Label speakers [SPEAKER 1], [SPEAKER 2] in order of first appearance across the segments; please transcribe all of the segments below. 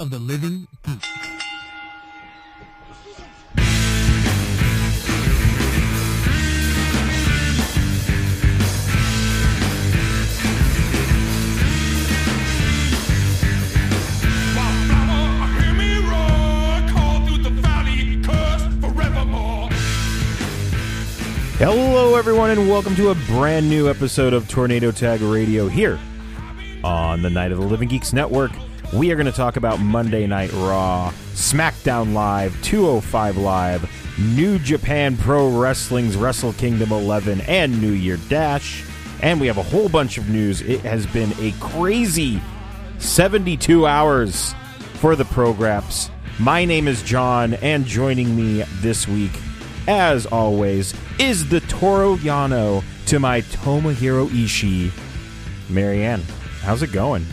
[SPEAKER 1] the living poop.
[SPEAKER 2] Hello, everyone, and welcome to a brand new episode of Tornado Tag Radio here on the Night of the Living Geeks Network. We are going to talk about Monday Night Raw, SmackDown Live, 205 Live, New Japan Pro Wrestling's Wrestle Kingdom 11, and New Year Dash. And we have a whole bunch of news. It has been a crazy 72 hours for the Prograps. My name is John, and joining me this week, as always, is the Toro Yano to my Tomohiro Ishii, Marianne. How's it going?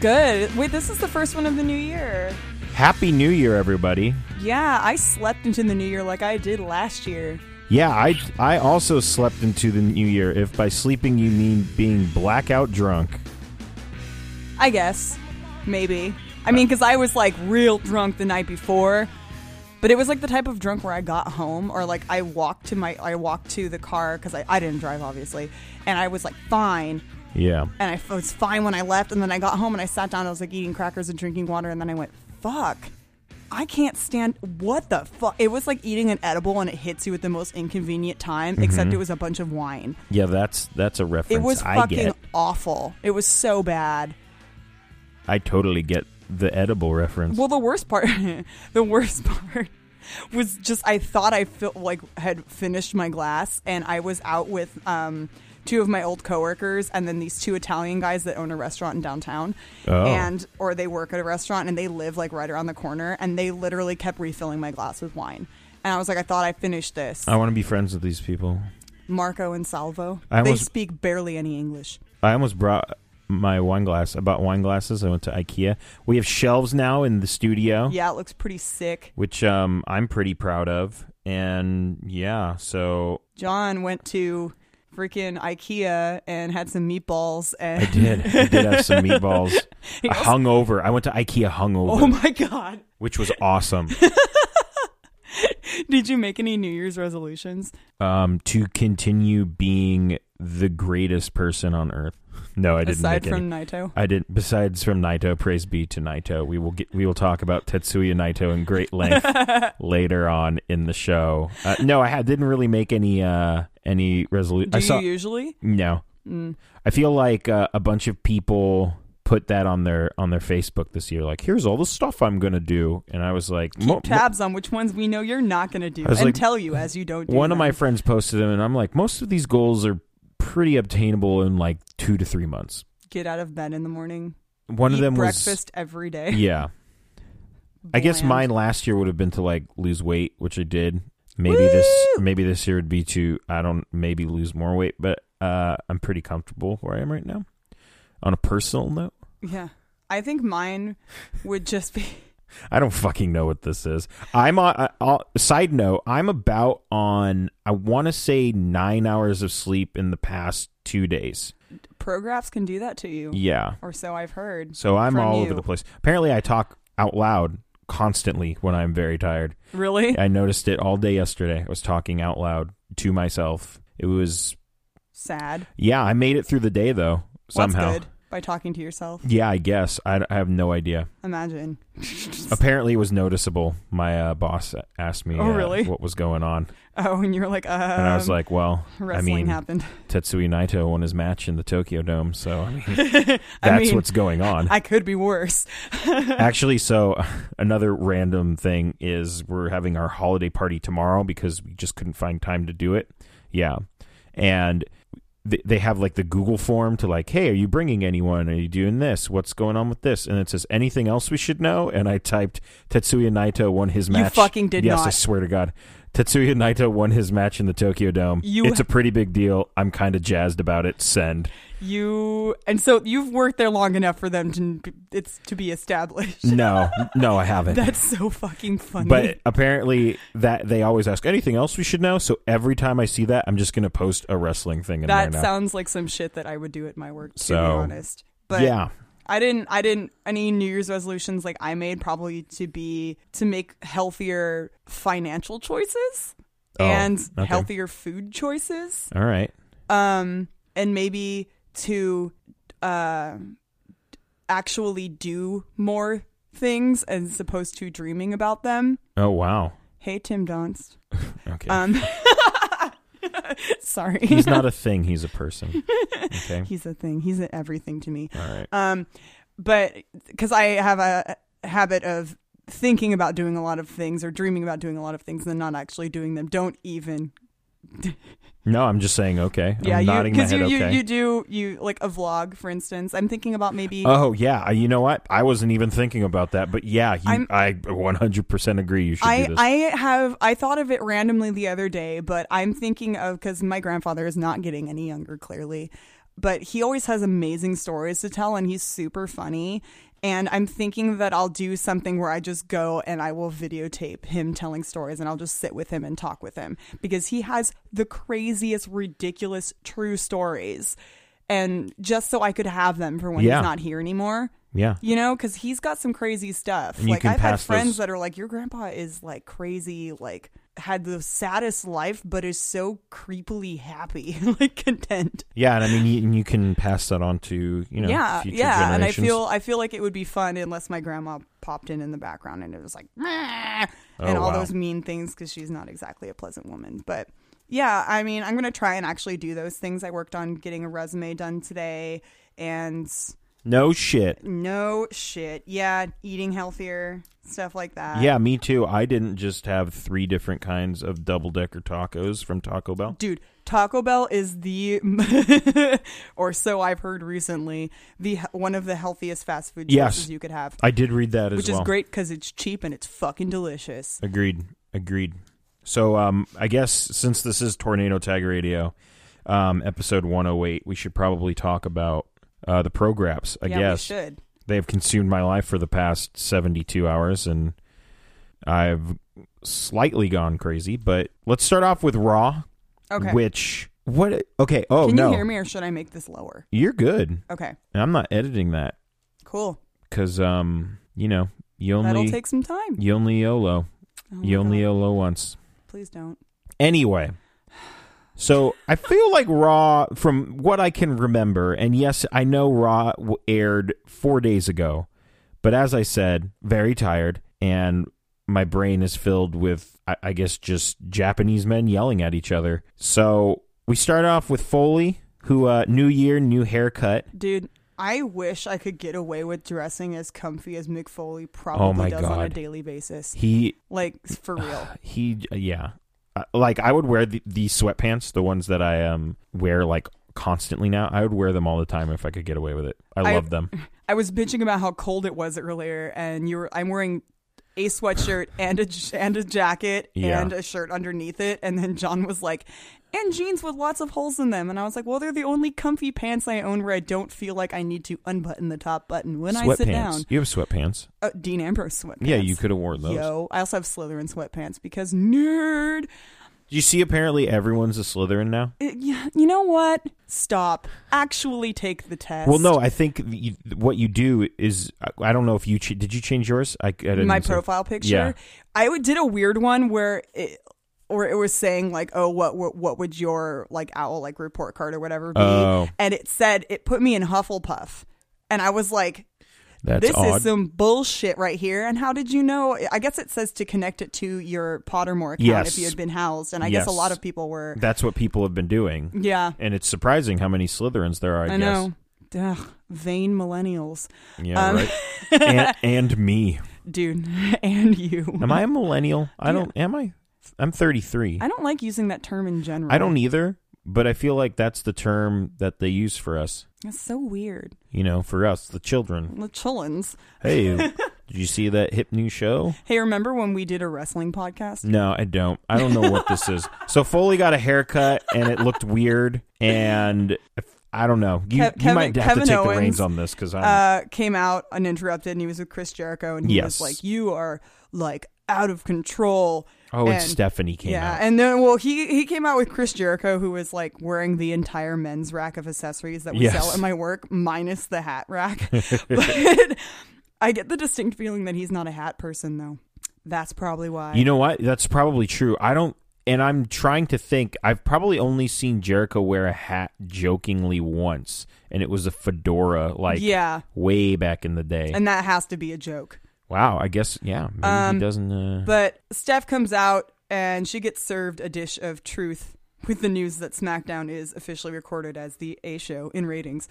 [SPEAKER 3] Good. Wait, this is the first one of the new year.
[SPEAKER 2] Happy New Year, everybody.
[SPEAKER 3] Yeah, I slept into the new year like I did last year.
[SPEAKER 2] Yeah, I I also slept into the new year. If by sleeping you mean being blackout drunk,
[SPEAKER 3] I guess. Maybe. I mean, because I was like real drunk the night before. But it was like the type of drunk where I got home or like I walked to my I walked to the car because I, I didn't drive obviously and I was like fine
[SPEAKER 2] yeah,
[SPEAKER 3] and I f- was fine when I left and then I got home and I sat down I was like eating crackers and drinking water and then I went fuck I can't stand what the fuck it was like eating an edible and it hits you at the most inconvenient time except it was a bunch of wine
[SPEAKER 2] yeah, that's that's a reference.
[SPEAKER 3] It was
[SPEAKER 2] Mm-hmm. I
[SPEAKER 3] fucking
[SPEAKER 2] get.
[SPEAKER 3] awful. It was so bad.
[SPEAKER 2] I totally get the edible reference.
[SPEAKER 3] Well, the worst part, the worst part was just I thought I felt like had finished my glass, and I was out with um, two of my old coworkers, and then these two Italian guys that own a restaurant in downtown,
[SPEAKER 2] Oh.
[SPEAKER 3] and or they work at a restaurant and they live like right around the corner, and they literally kept refilling my glass with wine. And I was like, I thought I finished this.
[SPEAKER 2] I want to be friends with these people.
[SPEAKER 3] Marco and Salvo.
[SPEAKER 2] I
[SPEAKER 3] they
[SPEAKER 2] almost-
[SPEAKER 3] speak barely any English.
[SPEAKER 2] I almost brought my wine glass. I bought wine glasses. I went to IKEA. We have shelves now in the studio,
[SPEAKER 3] Yeah, it looks pretty sick.
[SPEAKER 2] which um, I'm pretty proud of. And yeah, so
[SPEAKER 3] John went to freaking IKEA and had some meatballs and
[SPEAKER 2] I did. I did have some meatballs. I hungover. I went to IKEA hungover,
[SPEAKER 3] Oh my god.
[SPEAKER 2] which was awesome.
[SPEAKER 3] Did you make any New Year's resolutions?
[SPEAKER 2] um, to continue being the greatest person on earth. No, I didn't.
[SPEAKER 3] Aside
[SPEAKER 2] make any.
[SPEAKER 3] from Naito?
[SPEAKER 2] I didn't. Besides from Naito, praise be to Naito. We will get. We will talk about Tetsuya Naito in great length later on in the show. Uh, no, I had, didn't really make any uh, any resolution.
[SPEAKER 3] Do
[SPEAKER 2] I saw
[SPEAKER 3] you Mm. usually?
[SPEAKER 2] no. I feel like uh, a bunch of people put that on their on their Facebook this year. Like, here's all the stuff I'm gonna do, and I was like, mo-
[SPEAKER 3] Keep tabs on which ones we know you're not going to do
[SPEAKER 2] I was
[SPEAKER 3] and
[SPEAKER 2] like-
[SPEAKER 3] tell you as you don't do
[SPEAKER 2] one of my
[SPEAKER 3] them.
[SPEAKER 2] friends posted them, and I'm like, most of these goals are pretty obtainable in like two to three months.
[SPEAKER 3] Get out of bed in the morning.
[SPEAKER 2] One of
[SPEAKER 3] Eat
[SPEAKER 2] them was
[SPEAKER 3] breakfast every day.
[SPEAKER 2] yeah. I guess
[SPEAKER 3] Bland.
[SPEAKER 2] mine last year would have been to like lose weight, which I did. Maybe this maybe this year would be to I don't maybe lose more weight, but uh, I'm pretty comfortable where I am right now. On a personal note,
[SPEAKER 3] Yeah. I think mine would just be
[SPEAKER 2] I don't fucking know what this is. I'm on. I- I'll, side note, I'm about on. I want to say nine hours of sleep in the past two days.
[SPEAKER 3] Prographs can do that to you.
[SPEAKER 2] Yeah,
[SPEAKER 3] Or so I've heard.
[SPEAKER 2] so I'm
[SPEAKER 3] From
[SPEAKER 2] all
[SPEAKER 3] you.
[SPEAKER 2] over the place. Apparently, I talk out loud constantly when I'm very tired.
[SPEAKER 3] Really?
[SPEAKER 2] I noticed it all day yesterday. I was talking out loud to myself. It was
[SPEAKER 3] Sad.
[SPEAKER 2] yeah. I made it through the day though
[SPEAKER 3] Well, that's
[SPEAKER 2] somehow.
[SPEAKER 3] good. By talking to yourself.
[SPEAKER 2] Yeah, I guess I, I have no idea.
[SPEAKER 3] Imagine.
[SPEAKER 2] Apparently, it was noticeable. My uh, boss asked me
[SPEAKER 3] Oh,
[SPEAKER 2] uh,
[SPEAKER 3] really?
[SPEAKER 2] what was going on,
[SPEAKER 3] Oh, and you're like, uh
[SPEAKER 2] and I was like, "Well, I
[SPEAKER 3] wrestling
[SPEAKER 2] mean,
[SPEAKER 3] happened.
[SPEAKER 2] Tetsuya Naito won his match in the Tokyo Dome, so I mean,
[SPEAKER 3] I
[SPEAKER 2] that's
[SPEAKER 3] mean,
[SPEAKER 2] what's going on."
[SPEAKER 3] I could be worse.
[SPEAKER 2] Actually, so another random thing is we're having our holiday party tomorrow because we just couldn't find time to do it. Yeah. And th- they have like the Google form to like, hey, are you bringing anyone? Are you doing this? What's going on with this? And it says, anything else we should know? And I typed, Tetsuya Naito won his match.
[SPEAKER 3] fucking did
[SPEAKER 2] yes,
[SPEAKER 3] not.
[SPEAKER 2] I swear to God. Tetsuya Naito won his match in the Tokyo Dome.
[SPEAKER 3] You-
[SPEAKER 2] it's a pretty big deal. I'm kind of jazzed about it. Send.
[SPEAKER 3] You and so you've worked there long enough for them to it's to be established.
[SPEAKER 2] No, no, I haven't.
[SPEAKER 3] That's so fucking funny.
[SPEAKER 2] Mm, But apparently, that they always ask anything else we should know. So every time I see that, I'm just going to post a wrestling thing in
[SPEAKER 3] that
[SPEAKER 2] there now.
[SPEAKER 3] sounds like some shit that I would do at my work. To
[SPEAKER 2] So,
[SPEAKER 3] be honest, but
[SPEAKER 2] yeah,
[SPEAKER 3] I didn't I didn't any New Year's resolutions like I made probably to be to make healthier financial choices
[SPEAKER 2] Oh,
[SPEAKER 3] and
[SPEAKER 2] okay.
[SPEAKER 3] healthier food choices.
[SPEAKER 2] All right.
[SPEAKER 3] Um and maybe to uh actually do more things as opposed to dreaming about them.
[SPEAKER 2] Oh wow.
[SPEAKER 3] Hey Tim Donst.
[SPEAKER 2] Okay.
[SPEAKER 3] Um Sorry.
[SPEAKER 2] he's not a thing. He's a person. Okay.
[SPEAKER 3] He's a thing. He's a everything to me.
[SPEAKER 2] All right.
[SPEAKER 3] Um, but because I have a habit of thinking about doing a lot of things or dreaming about doing a lot of things and then not actually doing them. Don't even.
[SPEAKER 2] No, I'm just saying. Okay.
[SPEAKER 3] Yeah,
[SPEAKER 2] I'm nodding my
[SPEAKER 3] because
[SPEAKER 2] head.
[SPEAKER 3] you, you
[SPEAKER 2] okay.
[SPEAKER 3] you do you like a vlog, for instance. I'm thinking about maybe.
[SPEAKER 2] Oh yeah, I- you know what? I wasn't even thinking about that, but yeah, you,
[SPEAKER 3] I'm-
[SPEAKER 2] I 100% agree. You should
[SPEAKER 3] I,
[SPEAKER 2] do this.
[SPEAKER 3] I have I thought of it randomly the other day, but I'm thinking of because my grandfather is not getting any younger, clearly, but he always has amazing stories to tell, and he's super funny. And I'm thinking that I'll do something where I just go and I will videotape him telling stories, and I'll just sit with him and talk with him because he has the craziest, ridiculous, true stories, and just so I could have them for when
[SPEAKER 2] Yeah.
[SPEAKER 3] he's not here anymore.
[SPEAKER 2] yeah,
[SPEAKER 3] You know, because he's got some crazy stuff.
[SPEAKER 2] you
[SPEAKER 3] like
[SPEAKER 2] can
[SPEAKER 3] I've had
[SPEAKER 2] pass
[SPEAKER 3] friends
[SPEAKER 2] those-
[SPEAKER 3] that are like, your grandpa is like crazy, like had the saddest life, but is so creepily happy, like content.
[SPEAKER 2] yeah, and I mean, you, and you can pass that on to you know,
[SPEAKER 3] yeah,
[SPEAKER 2] future
[SPEAKER 3] yeah. And I
[SPEAKER 2] generations.
[SPEAKER 3] feel, I feel like it would be fun unless my grandma popped in in the background and it was like, "Meh," and
[SPEAKER 2] Oh,
[SPEAKER 3] all
[SPEAKER 2] wow.
[SPEAKER 3] those mean things because she's not exactly a pleasant woman. But yeah, I mean, I'm gonna try and actually do those things. I worked on getting a resume done today, and
[SPEAKER 2] no shit.
[SPEAKER 3] no shit, yeah, eating healthier, stuff like that.
[SPEAKER 2] Yeah, me too. I didn't just have three different kinds of double decker tacos from Taco Bell.
[SPEAKER 3] Dude, Taco Bell is the, or so I've heard recently, the one of the healthiest fast food
[SPEAKER 2] Yes.
[SPEAKER 3] choices you could have,
[SPEAKER 2] I did read that as
[SPEAKER 3] which
[SPEAKER 2] well.
[SPEAKER 3] is great because it's cheap and it's fucking delicious.
[SPEAKER 2] Agreed. Agreed. So um, I guess since this is Tornado Tag Radio, um, episode 108, we should probably talk about uh, the Prograps. I
[SPEAKER 3] yeah,
[SPEAKER 2] guess
[SPEAKER 3] we should.
[SPEAKER 2] they have consumed my life for the past 72 hours, and I've slightly gone crazy. But let's start off with Raw,
[SPEAKER 3] Okay,
[SPEAKER 2] which what? Okay. Oh
[SPEAKER 3] can
[SPEAKER 2] no,
[SPEAKER 3] you hear me, or should I make this lower?
[SPEAKER 2] you're good.
[SPEAKER 3] Okay,
[SPEAKER 2] And I'm not editing that
[SPEAKER 3] cool.
[SPEAKER 2] because um, you know, you only
[SPEAKER 3] That'll take some time.
[SPEAKER 2] you only YOLO,
[SPEAKER 3] Oh my
[SPEAKER 2] you only
[SPEAKER 3] God,
[SPEAKER 2] YOLO once.
[SPEAKER 3] please don't.
[SPEAKER 2] Anyway, so I feel like Raw, from what I can remember, and yes, I know Raw w- aired four days ago, but as I said, very tired, and my brain is filled with, I, I guess, just Japanese men yelling at each other. So we start off with Foley, who, uh, new year, new haircut.
[SPEAKER 3] Dude, I wish I could get away with dressing as comfy as Mick Foley probably
[SPEAKER 2] Oh my
[SPEAKER 3] does on a
[SPEAKER 2] God.
[SPEAKER 3] daily basis.
[SPEAKER 2] He,
[SPEAKER 3] Like, for real.
[SPEAKER 2] he, yeah. Uh, Like I would wear the, the sweatpants, the ones that I um wear like constantly now. I would wear them all the time if I could get away with it. I
[SPEAKER 3] I-
[SPEAKER 2] love them.
[SPEAKER 3] I was bitching about how cold it was earlier, and you were. I'm wearing a sweatshirt and a j- and a jacket
[SPEAKER 2] Yeah.
[SPEAKER 3] and a shirt underneath it, and then John was like, "And jeans with lots of holes in them," and I was like, "Well, they're the only comfy pants I own where I don't feel like I need to unbutton the top button when I sit down."
[SPEAKER 2] You have sweatpants.
[SPEAKER 3] Oh, Dean Ambrose sweatpants.
[SPEAKER 2] Yeah, you could have worn those.
[SPEAKER 3] Yo, I also have Slytherin sweatpants because nerd.
[SPEAKER 2] Do you see? Apparently, everyone's a Slytherin now.
[SPEAKER 3] Uh, yeah, you know what? Stop. Actually, take the test.
[SPEAKER 2] Well, no, I think you, what you do is I- I don't know if you ch- did you change yours. I, I didn't
[SPEAKER 3] my
[SPEAKER 2] see-
[SPEAKER 3] profile picture.
[SPEAKER 2] Yeah.
[SPEAKER 3] I w- did a weird one where it or it was saying like, oh, what what, what would your like owl like report card or whatever be?
[SPEAKER 2] Oh.
[SPEAKER 3] And it said it put me in Hufflepuff, and I was like,
[SPEAKER 2] That's
[SPEAKER 3] this
[SPEAKER 2] odd.
[SPEAKER 3] is some bullshit right here. And how did you know? I guess it says to connect it to your Pottermore account
[SPEAKER 2] Yes.
[SPEAKER 3] if you had been housed, and I guess a
[SPEAKER 2] Yes.
[SPEAKER 3] lot of people were.
[SPEAKER 2] That's what people have been doing,
[SPEAKER 3] Yeah,
[SPEAKER 2] and it's surprising how many Slytherins there are. I,
[SPEAKER 3] I,
[SPEAKER 2] guess.
[SPEAKER 3] know. Um, Ugh, vain millennials,
[SPEAKER 2] Yeah, right. and, and me.
[SPEAKER 3] dude, and you.
[SPEAKER 2] Am I a millennial? I don't. Am I? I'm 33.
[SPEAKER 3] I don't like using that term in general.
[SPEAKER 2] I don't either. But I feel like that's the term that they use for us.
[SPEAKER 3] It's so weird.
[SPEAKER 2] You know, for us, the children.
[SPEAKER 3] The chillins.
[SPEAKER 2] Hey, did you see that hip new show?
[SPEAKER 3] Hey, remember when we did a wrestling podcast?
[SPEAKER 2] No, I don't. I don't know what this is. So Foley got a haircut and it looked weird and if- I don't know. You,
[SPEAKER 3] Kev-
[SPEAKER 2] you
[SPEAKER 3] Kevin-
[SPEAKER 2] might have to
[SPEAKER 3] Kevin
[SPEAKER 2] take the
[SPEAKER 3] Owens,
[SPEAKER 2] reins on this because I'm
[SPEAKER 3] Uh, came out uninterrupted and he was with Chris Jericho and he
[SPEAKER 2] Yes.
[SPEAKER 3] was like, You are like out of control.
[SPEAKER 2] Oh, and,
[SPEAKER 3] And-
[SPEAKER 2] Stephanie came
[SPEAKER 3] yeah,
[SPEAKER 2] out.
[SPEAKER 3] and then well, he he came out with Chris Jericho, who was like wearing the entire men's rack of accessories that we
[SPEAKER 2] Yes.
[SPEAKER 3] sell at my work, minus the hat rack. but I get the distinct feeling that he's not a hat person, though. That's probably why.
[SPEAKER 2] You know what? That's probably true. I don't, and I'm trying to think. I've probably only seen Jericho wear a hat jokingly once, and it was a fedora, like
[SPEAKER 3] yeah,
[SPEAKER 2] way back in the day.
[SPEAKER 3] and that has to be a joke.
[SPEAKER 2] wow, I guess yeah. Maybe he doesn't. Uh,
[SPEAKER 3] But Steph comes out and she gets served a dish of truth with the news that SmackDown is officially recorded as the A show in ratings.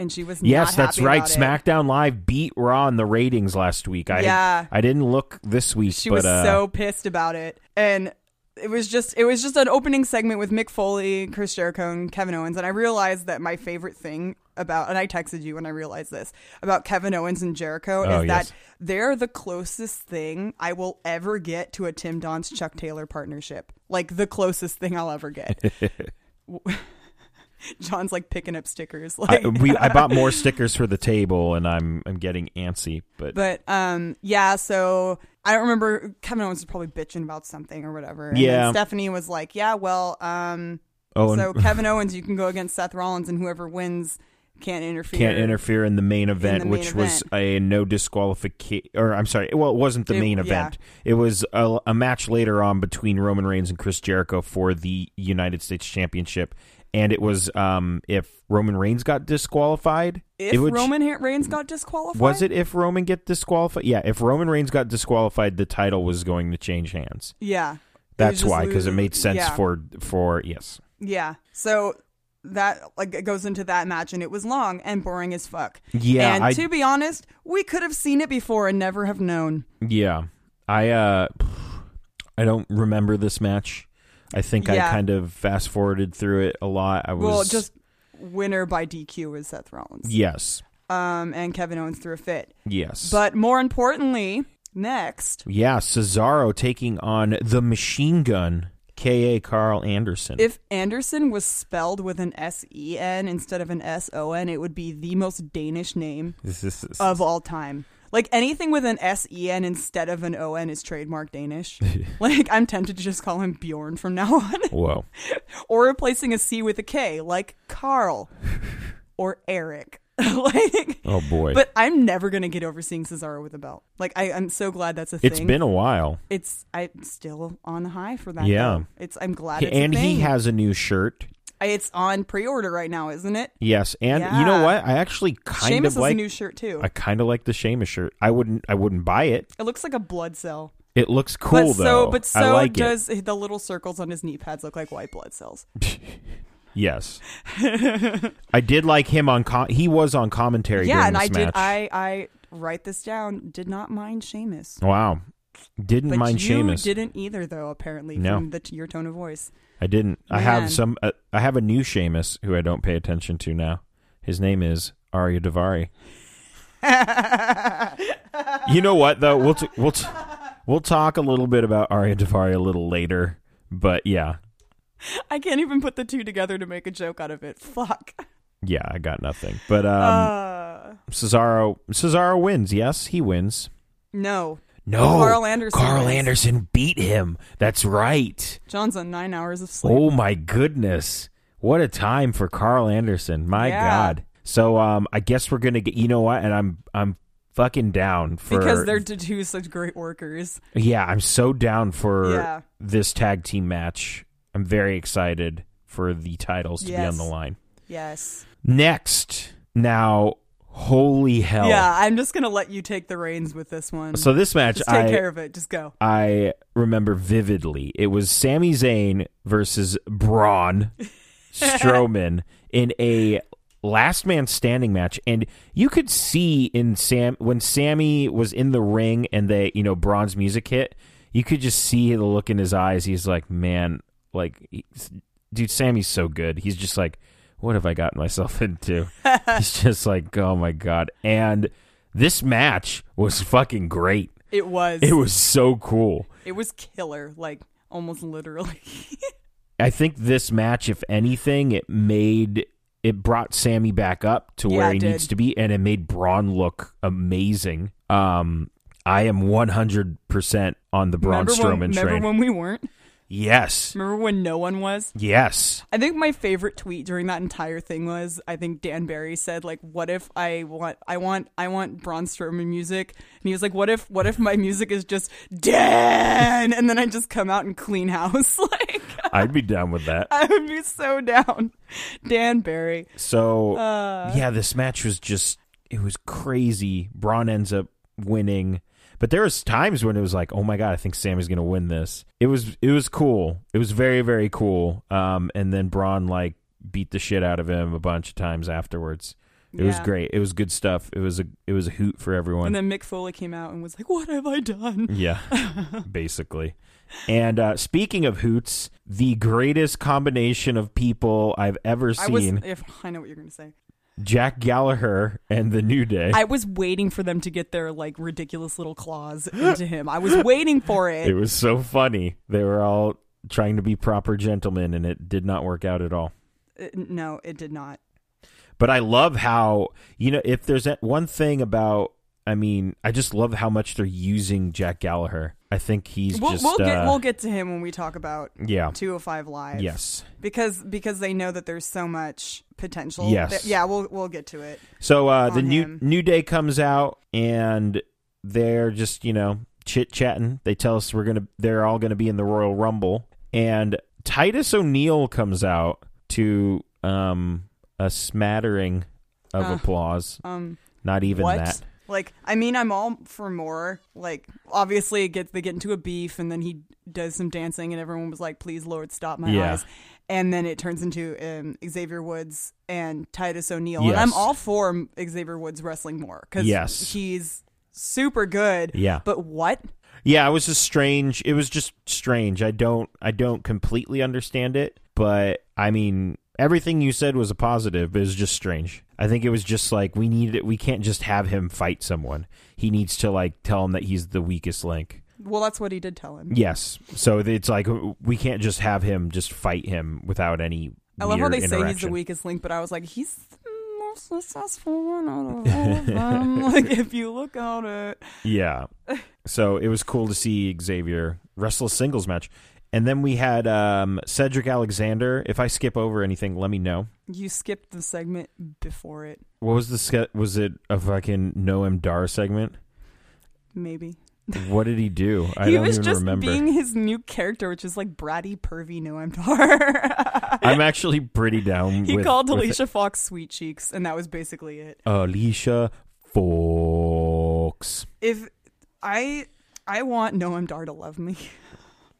[SPEAKER 3] And she was
[SPEAKER 2] yes,
[SPEAKER 3] not
[SPEAKER 2] that's
[SPEAKER 3] happy
[SPEAKER 2] right.
[SPEAKER 3] about it.
[SPEAKER 2] SmackDown Live beat Raw in the ratings last week. I
[SPEAKER 3] Yeah.
[SPEAKER 2] I didn't look this week,
[SPEAKER 3] She
[SPEAKER 2] but
[SPEAKER 3] was
[SPEAKER 2] uh,
[SPEAKER 3] so pissed about it, and it was just it was just an opening segment with Mick Foley, Chris Jericho, and Kevin Owens. And I realized that my favorite thing about and I texted you when I realized this about Kevin Owens and Jericho
[SPEAKER 2] Oh,
[SPEAKER 3] is
[SPEAKER 2] yes.
[SPEAKER 3] that they're the closest thing I will ever get to a Tim Don's Chuck Taylor partnership. Like the closest thing I'll ever get. W- John's like picking up stickers. Like
[SPEAKER 2] I, we, I bought more stickers for the table, and I'm I'm getting antsy. But,
[SPEAKER 3] But um, yeah. So I don't remember. Kevin Owens was probably bitching about something or whatever. And
[SPEAKER 2] Yeah.
[SPEAKER 3] Then Stephanie was like, "Yeah, well, um,
[SPEAKER 2] oh, and
[SPEAKER 3] so Kevin Owens, you can go against Seth Rollins, and whoever wins can't interfere.
[SPEAKER 2] can't interfere in the main event,
[SPEAKER 3] main
[SPEAKER 2] which was a no disqualification. Or I'm sorry, well, it wasn't the
[SPEAKER 3] It-
[SPEAKER 2] main
[SPEAKER 3] yeah.
[SPEAKER 2] event. It was a, a match later on between Roman Reigns and Chris Jericho for the United States Championship, and it was um, if Roman Reigns got disqualified,
[SPEAKER 3] If
[SPEAKER 2] it would-
[SPEAKER 3] Roman Ha- Reigns got disqualified,
[SPEAKER 2] was it if Roman get disqualified? Yeah, if Roman Reigns got disqualified, the title was going to change hands.
[SPEAKER 3] Yeah. It was
[SPEAKER 2] That's
[SPEAKER 3] just
[SPEAKER 2] why, because it
[SPEAKER 3] lose-
[SPEAKER 2] made sense
[SPEAKER 3] yeah.
[SPEAKER 2] for for yes.
[SPEAKER 3] Yeah. So that like it goes into that match, and it was long and boring as fuck.
[SPEAKER 2] Yeah,
[SPEAKER 3] And
[SPEAKER 2] I-
[SPEAKER 3] to be honest, we could have seen it before and never have known.
[SPEAKER 2] Yeah. I uh I don't remember this match. I think I
[SPEAKER 3] Yeah.
[SPEAKER 2] kind of fast forwarded through it a lot. I was
[SPEAKER 3] Well, just winner by DQ is Seth Rollins.
[SPEAKER 2] yes.
[SPEAKER 3] Um, and Kevin Owens threw a fit.
[SPEAKER 2] Yes.
[SPEAKER 3] But more importantly, next,
[SPEAKER 2] yeah, Cesaro taking on the Machine Gun, K.A. Carl Anderson.
[SPEAKER 3] if Anderson was spelled with an S E N instead of an S O N, it would be the most Danish name
[SPEAKER 2] this is
[SPEAKER 3] of all time. Like anything with an S E N instead of an O N is trademark Danish. like I'm tempted to just call him Bjorn from now on,
[SPEAKER 2] whoa.
[SPEAKER 3] or replacing a C with a K, like Carl or Eric. like,
[SPEAKER 2] Oh boy.
[SPEAKER 3] but I'm never gonna get over seeing Cesaro with a belt. Like I, I'm so glad that's a
[SPEAKER 2] it's
[SPEAKER 3] thing.
[SPEAKER 2] been a while.
[SPEAKER 3] it's I'm still on high for that.
[SPEAKER 2] Yeah.
[SPEAKER 3] though. it's I'm glad. It's
[SPEAKER 2] And
[SPEAKER 3] a thing.
[SPEAKER 2] he has a new shirt.
[SPEAKER 3] It's on pre-order right now, isn't it?
[SPEAKER 2] Yes, and you know
[SPEAKER 3] Yeah.
[SPEAKER 2] what? I actually kind
[SPEAKER 3] Seamus
[SPEAKER 2] of
[SPEAKER 3] has
[SPEAKER 2] like
[SPEAKER 3] a new shirt too.
[SPEAKER 2] I kind of like the Seamus shirt. I wouldn't I wouldn't buy it.
[SPEAKER 3] it looks like a blood cell.
[SPEAKER 2] It looks cool
[SPEAKER 3] but
[SPEAKER 2] though.
[SPEAKER 3] so, but
[SPEAKER 2] I
[SPEAKER 3] so
[SPEAKER 2] like it.
[SPEAKER 3] does the little circles on his knee pads look like white blood cells?
[SPEAKER 2] Yes. I did like him on com- he was on commentary
[SPEAKER 3] yeah,
[SPEAKER 2] during
[SPEAKER 3] and
[SPEAKER 2] this
[SPEAKER 3] I did.
[SPEAKER 2] match.
[SPEAKER 3] I I write this down. Did not mind Seamus.
[SPEAKER 2] Wow. Didn't
[SPEAKER 3] But
[SPEAKER 2] mind
[SPEAKER 3] you
[SPEAKER 2] Seamus.
[SPEAKER 3] didn't either, though. Apparently,
[SPEAKER 2] No.
[SPEAKER 3] from the, your tone of voice.
[SPEAKER 2] I didn't. I have
[SPEAKER 3] Man.
[SPEAKER 2] some uh, I have a new Seamus who I don't pay attention to now. His name is Arya Davari. you know what though? We'll t- we'll t- we'll talk a little bit about Arya Davari a little later, but yeah.
[SPEAKER 3] I can't even put the two together to make a joke out of it. Fuck.
[SPEAKER 2] Yeah, I got nothing. But um
[SPEAKER 3] Uh,
[SPEAKER 2] Cesaro Cesaro wins. Yes, he wins.
[SPEAKER 3] no,
[SPEAKER 2] No.
[SPEAKER 3] Carl Anderson
[SPEAKER 2] Carl
[SPEAKER 3] wins.
[SPEAKER 2] Anderson beat him. That's right.
[SPEAKER 3] John's on nine hours of sleep.
[SPEAKER 2] Oh my goodness. What a time for Carl Anderson. My
[SPEAKER 3] Yeah.
[SPEAKER 2] god. So um I guess we're going to get you know what and I'm I'm fucking down for
[SPEAKER 3] because they're d- two such great workers.
[SPEAKER 2] Yeah, I'm so down for
[SPEAKER 3] Yeah.
[SPEAKER 2] this tag team match. I'm very excited for the titles to be on
[SPEAKER 3] Yes.
[SPEAKER 2] the line.
[SPEAKER 3] Yes.
[SPEAKER 2] Next. Now, holy hell.
[SPEAKER 3] Yeah, I'm just gonna let you take the reins with this one.
[SPEAKER 2] So this match
[SPEAKER 3] just take
[SPEAKER 2] I
[SPEAKER 3] care of it. Just go.
[SPEAKER 2] I remember vividly. It was Sami Zayn versus Braun Strowman in a last man standing match, and you could see in Sam when Sammy was in the ring and they, you know, Braun's music hit. You could just see the look in his eyes. He's like, man, like, he- dude, Sammy's so good. He's just like, what have I gotten myself into? He's just like, oh my god. And this match was fucking great.
[SPEAKER 3] It was.
[SPEAKER 2] It was so cool.
[SPEAKER 3] It was killer, like almost literally.
[SPEAKER 2] I think this match, if anything, it made it brought Sammy back up to
[SPEAKER 3] Yeah,
[SPEAKER 2] where
[SPEAKER 3] it
[SPEAKER 2] he
[SPEAKER 3] did.
[SPEAKER 2] needs to be, and it made Braun look amazing. Um, I am 100% on the Braun
[SPEAKER 3] remember
[SPEAKER 2] Strowman
[SPEAKER 3] when,
[SPEAKER 2] train.
[SPEAKER 3] Remember when we weren't?
[SPEAKER 2] yes.
[SPEAKER 3] Remember when no one was?
[SPEAKER 2] Yes.
[SPEAKER 3] I think my favorite tweet during that entire thing was I think Dan Barry said like, "What if I want I want I want Braun Strowman music?" And he was like, "What if what if my music is just Dan?" And then I just come out and clean house. like
[SPEAKER 2] I'd be down with that.
[SPEAKER 3] I would be so down. Dan Barry.
[SPEAKER 2] So
[SPEAKER 3] Uh.
[SPEAKER 2] yeah, this match was just it was crazy. Braun ends up winning, but there was times when it was like, oh my god, I think Sammy's gonna win this. It was it was cool. It was very very cool. Um, and then Braun like beat the shit out of him a bunch of times afterwards. It was
[SPEAKER 3] Yeah.
[SPEAKER 2] great. It was good stuff. It was a it was a hoot for everyone.
[SPEAKER 3] And then Mick Foley came out and was like, "What have I done?"
[SPEAKER 2] Yeah, basically. And uh, speaking of hoots, the greatest combination of people I've ever
[SPEAKER 3] I was.
[SPEAKER 2] seen:
[SPEAKER 3] If I know what you're gonna say,
[SPEAKER 2] Jack Gallagher and the New Day.
[SPEAKER 3] I was waiting for them to get their like ridiculous little claws into him. I was waiting for
[SPEAKER 2] it
[SPEAKER 3] it.
[SPEAKER 2] was so funny. They were all trying to be proper gentlemen, and it did not work out at all.
[SPEAKER 3] Uh, no, it did not.
[SPEAKER 2] But I love how you know if there's that one thing about. I mean, I just love how much they're using Jack Gallagher. I think he's
[SPEAKER 3] We'll,
[SPEAKER 2] just
[SPEAKER 3] we'll
[SPEAKER 2] uh,
[SPEAKER 3] get we'll get to him when we talk about
[SPEAKER 2] yeah,
[SPEAKER 3] 205 Live.
[SPEAKER 2] yes.
[SPEAKER 3] because because they know that there's so much potential.
[SPEAKER 2] Yes.
[SPEAKER 3] That- yeah, we'll we'll get to it.
[SPEAKER 2] So uh, the
[SPEAKER 3] on
[SPEAKER 2] new
[SPEAKER 3] him.
[SPEAKER 2] new day comes out, and they're just you know chit chatting. They tell us we're gonna they're all gonna be in the Royal Rumble, and Titus O'Neil comes out to um a smattering of applause.
[SPEAKER 3] Uh, Um,
[SPEAKER 2] Not even
[SPEAKER 3] what?
[SPEAKER 2] that.
[SPEAKER 3] Like, I mean, I'm all for more. Like, obviously, it gets they get into a beef, and then he does some dancing, and everyone was like, "Please, Lord, stop my
[SPEAKER 2] Yeah.
[SPEAKER 3] eyes." And then it turns into um, Xavier Woods and Titus O'Neil,
[SPEAKER 2] Yes.
[SPEAKER 3] and I'm all for Xavier Woods wrestling more because
[SPEAKER 2] Yes.
[SPEAKER 3] he's super good.
[SPEAKER 2] Yeah.
[SPEAKER 3] but what?
[SPEAKER 2] Yeah, it was just strange. It was just strange. I don't I don't completely understand it, but I mean everything you said was a positive, but it was just strange. I think it was just like we need it we can't just have him fight someone. He needs to like tell him that he's the weakest link.
[SPEAKER 3] Well, that's what he did tell him.
[SPEAKER 2] Yes. So it's like we can't just have him just fight him without any
[SPEAKER 3] I love how
[SPEAKER 2] weird
[SPEAKER 3] they say he's the
[SPEAKER 2] interaction.
[SPEAKER 3] weakest link, but I was like, he's the most successful one out of all of them. like, if you look at it,
[SPEAKER 2] Yeah. So it was cool to see Xavier wrestle a singles match. And then we had um, Cedric Alexander. If I skip over anything, let me know.
[SPEAKER 3] you skipped the segment before it,
[SPEAKER 2] What was the ske- was it a fucking Noam Dar segment?
[SPEAKER 3] maybe.
[SPEAKER 2] What did he do? I
[SPEAKER 3] he
[SPEAKER 2] don't
[SPEAKER 3] was
[SPEAKER 2] even
[SPEAKER 3] just
[SPEAKER 2] remember.
[SPEAKER 3] being his new character, which is like bratty, pervy Noam Dar.
[SPEAKER 2] I'm actually pretty down.
[SPEAKER 3] he
[SPEAKER 2] with,
[SPEAKER 3] called
[SPEAKER 2] with
[SPEAKER 3] Alicia Fox sweet cheeks, and that was basically it.
[SPEAKER 2] Alicia Fox.
[SPEAKER 3] If I, I want Noam Dar to love me.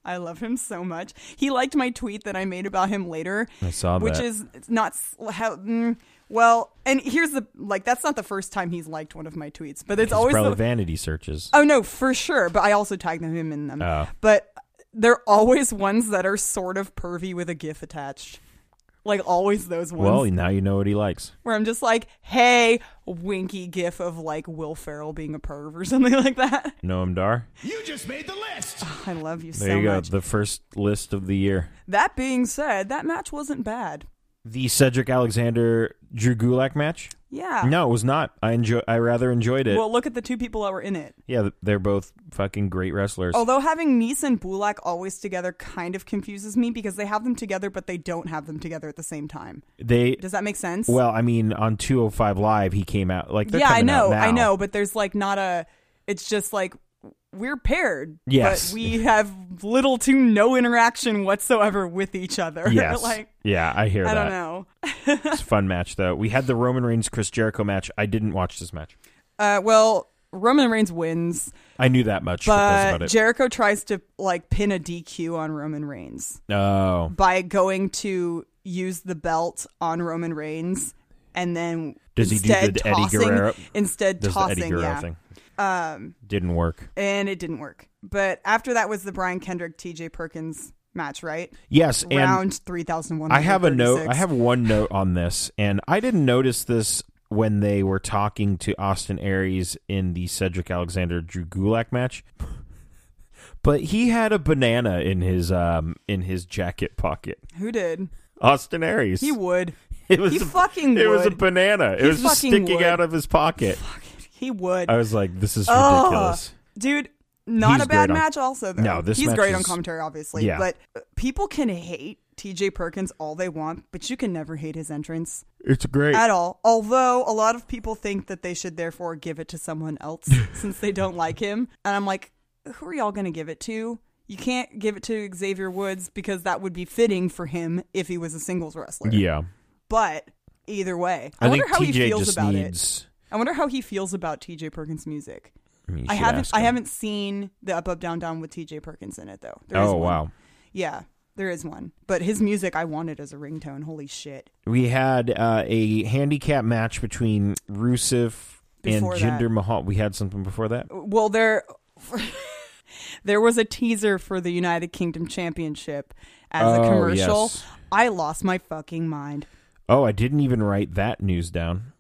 [SPEAKER 3] I love him so much. He liked my tweet that I made about him later,
[SPEAKER 2] I saw
[SPEAKER 3] which
[SPEAKER 2] that.
[SPEAKER 3] is it's not s- how. Mm, well, and here's the like that's not the first time he's liked one of my tweets, but it's
[SPEAKER 2] It's
[SPEAKER 3] always
[SPEAKER 2] probably
[SPEAKER 3] the,
[SPEAKER 2] vanity searches.
[SPEAKER 3] oh no for sure. But I also tag them him in them.
[SPEAKER 2] Oh.
[SPEAKER 3] But they're always ones that are sort of pervy with a gif attached, like always those ones
[SPEAKER 2] well, now you know what he likes.
[SPEAKER 3] where I'm just like, hey, winky gif of like Will Ferrell being a perv or something like that.
[SPEAKER 2] Noam Dar.
[SPEAKER 1] You just made the list.
[SPEAKER 3] I love you
[SPEAKER 2] There
[SPEAKER 3] so
[SPEAKER 2] you go.
[SPEAKER 3] much.
[SPEAKER 2] The first list of the year.
[SPEAKER 3] That being said, that match wasn't bad.
[SPEAKER 2] The Cedric Alexander Drew Gulak match.
[SPEAKER 3] Yeah.
[SPEAKER 2] No, it was not. I enjoy. I rather enjoyed it.
[SPEAKER 3] Ah. Well, look at the two people that were in it.
[SPEAKER 2] yeah, they're both fucking great wrestlers.
[SPEAKER 3] Although having Nice and Bulak always together kind of confuses me because they have them together, but they don't have them together at the same time.
[SPEAKER 2] they
[SPEAKER 3] Does that make sense?
[SPEAKER 2] well, I mean, on 205 Live, he came out like they're
[SPEAKER 3] yeah, I
[SPEAKER 2] coming out
[SPEAKER 3] know, I
[SPEAKER 2] now.
[SPEAKER 3] know, but there's like not a. It's just like we're paired,
[SPEAKER 2] Yes.
[SPEAKER 3] but we have little to no interaction whatsoever with each other.
[SPEAKER 2] Yes,
[SPEAKER 3] like
[SPEAKER 2] yeah, I hear that.
[SPEAKER 3] I don't know.
[SPEAKER 2] It's a fun match though. We had the Roman Reigns Chris Jericho match. I didn't watch this match.
[SPEAKER 3] Uh, well, Roman Reigns wins,
[SPEAKER 2] I knew that much. that's about
[SPEAKER 3] but
[SPEAKER 2] it.
[SPEAKER 3] Jericho tries to like pin a DQ on Roman Reigns
[SPEAKER 2] oh,
[SPEAKER 3] by going to use the belt on Roman Reigns, and then
[SPEAKER 2] Does he do
[SPEAKER 3] instead
[SPEAKER 2] the Eddie
[SPEAKER 3] tossing,
[SPEAKER 2] Guerrero-
[SPEAKER 3] Instead
[SPEAKER 2] does the
[SPEAKER 3] tossing,
[SPEAKER 2] Eddie Guerrero
[SPEAKER 3] yeah,
[SPEAKER 2] thing? Um, didn't work.
[SPEAKER 3] and it didn't work. But after that was the Brian Kendrick T.J. Perkins match, right?
[SPEAKER 2] Yes, and
[SPEAKER 3] Round three thousand one.
[SPEAKER 2] I have a note. I have one note on this, and I didn't notice this when they were talking to Austin Aries in the Cedric Alexander Drew Gulak match. But he had a banana in his um in his jacket pocket.
[SPEAKER 3] Who did?
[SPEAKER 2] Austin Aries.
[SPEAKER 3] He would.
[SPEAKER 2] it was
[SPEAKER 3] he
[SPEAKER 2] a,
[SPEAKER 3] fucking
[SPEAKER 2] It was a
[SPEAKER 3] would.
[SPEAKER 2] banana. It
[SPEAKER 3] He
[SPEAKER 2] was just
[SPEAKER 3] fucking
[SPEAKER 2] sticking
[SPEAKER 3] would.
[SPEAKER 2] out of his pocket.
[SPEAKER 3] He would.
[SPEAKER 2] I was like, this is
[SPEAKER 3] Ugh.
[SPEAKER 2] Oh, ridiculous.
[SPEAKER 3] Dude, not
[SPEAKER 2] He's
[SPEAKER 3] a bad
[SPEAKER 2] great on-
[SPEAKER 3] match also though.
[SPEAKER 2] No, this
[SPEAKER 3] He's
[SPEAKER 2] match
[SPEAKER 3] great
[SPEAKER 2] is-
[SPEAKER 3] on commentary obviously,
[SPEAKER 2] Yeah.
[SPEAKER 3] but uh, people can hate TJ Perkins all they want, but you can never hate his entrance
[SPEAKER 2] It's great.
[SPEAKER 3] at all. Although a lot of people think that they should therefore give it to someone else since they don't like him. And I'm like, who are y'all going to give it to? You can't give it to Xavier Woods because that would be fitting for him if he was a singles wrestler.
[SPEAKER 2] Yeah.
[SPEAKER 3] But either way, I,
[SPEAKER 2] I,
[SPEAKER 3] wonder
[SPEAKER 2] think
[SPEAKER 3] how
[SPEAKER 2] TJ
[SPEAKER 3] he feels
[SPEAKER 2] just
[SPEAKER 3] about it.
[SPEAKER 2] needs.
[SPEAKER 3] I wonder how he feels about TJ Perkins music.
[SPEAKER 2] I, mean, you
[SPEAKER 3] I
[SPEAKER 2] should
[SPEAKER 3] haven't
[SPEAKER 2] ask
[SPEAKER 3] I
[SPEAKER 2] him.
[SPEAKER 3] haven't seen the up up down down with TJ Perkins in it though. There is
[SPEAKER 2] oh
[SPEAKER 3] one.
[SPEAKER 2] wow.
[SPEAKER 3] Yeah, there is one. But his music I wanted as a ringtone. Holy shit.
[SPEAKER 2] We had uh, a handicap match between Rusev
[SPEAKER 3] Before
[SPEAKER 2] and
[SPEAKER 3] that.
[SPEAKER 2] Jinder Mahal. We had something before that.
[SPEAKER 3] Well, there there was a teaser for the United Kingdom Championship as
[SPEAKER 2] Oh,
[SPEAKER 3] a commercial.
[SPEAKER 2] yes.
[SPEAKER 3] I lost my fucking mind.
[SPEAKER 2] Oh, I didn't even write that news down.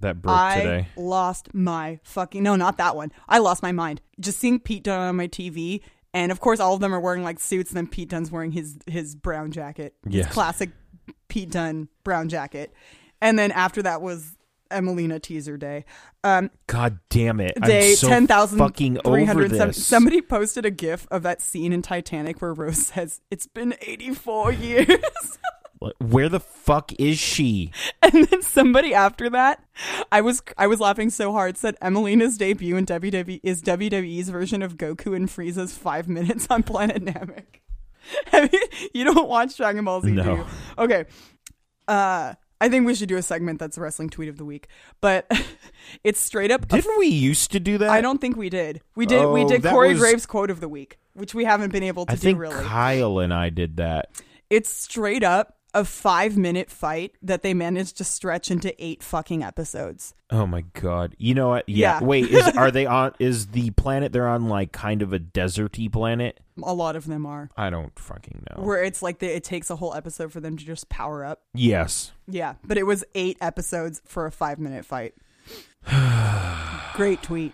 [SPEAKER 2] That broke
[SPEAKER 3] I
[SPEAKER 2] today.
[SPEAKER 3] lost my fucking no, not that one. I lost my mind just seeing Pete Dunne on my TV, and of course, all of them are wearing like suits, and then Pete Dunne's wearing his his brown jacket,
[SPEAKER 2] Yes.
[SPEAKER 3] his classic Pete Dunne brown jacket, and then after that was Emelina teaser day. Um,
[SPEAKER 2] God damn it!
[SPEAKER 3] day
[SPEAKER 2] I'm so
[SPEAKER 3] ten thousand
[SPEAKER 2] fucking
[SPEAKER 3] three
[SPEAKER 2] over
[SPEAKER 3] hundred seventy.
[SPEAKER 2] this.
[SPEAKER 3] Somebody posted a GIF of that scene in Titanic where Rose says, "It's been eighty-four years."
[SPEAKER 2] Where the fuck is she?
[SPEAKER 3] And then somebody after that, I was I was laughing so hard. Said Emelina's debut in WWE is WWE's version of Goku and Frieza's five minutes on Planet Namek. Have you, you don't watch Dragon Ball Z, do
[SPEAKER 2] No.
[SPEAKER 3] you? Okay. Uh, I think we should do a segment that's wrestling tweet of the week, but it's straight up. a-
[SPEAKER 2] Didn't we used to do that?
[SPEAKER 3] I don't think we did. We did. we
[SPEAKER 2] Oh,
[SPEAKER 3] did
[SPEAKER 2] that
[SPEAKER 3] Corey
[SPEAKER 2] was-
[SPEAKER 3] Graves' quote of the week, which we haven't been able to
[SPEAKER 2] I think
[SPEAKER 3] do really.
[SPEAKER 2] Kyle and I did that.
[SPEAKER 3] It's straight up a five minute fight that they managed to stretch into eight fucking episodes.
[SPEAKER 2] Oh my god! You know what? Yeah.
[SPEAKER 3] Yeah.
[SPEAKER 2] Wait, is are they on? Is the planet they're on like kind of a deserty planet?
[SPEAKER 3] A lot of them are.
[SPEAKER 2] I don't fucking know.
[SPEAKER 3] Where it's like the, it takes a whole episode for them to just power up.
[SPEAKER 2] yes.
[SPEAKER 3] Yeah, but it was eight episodes for a five minute fight. Great tweet.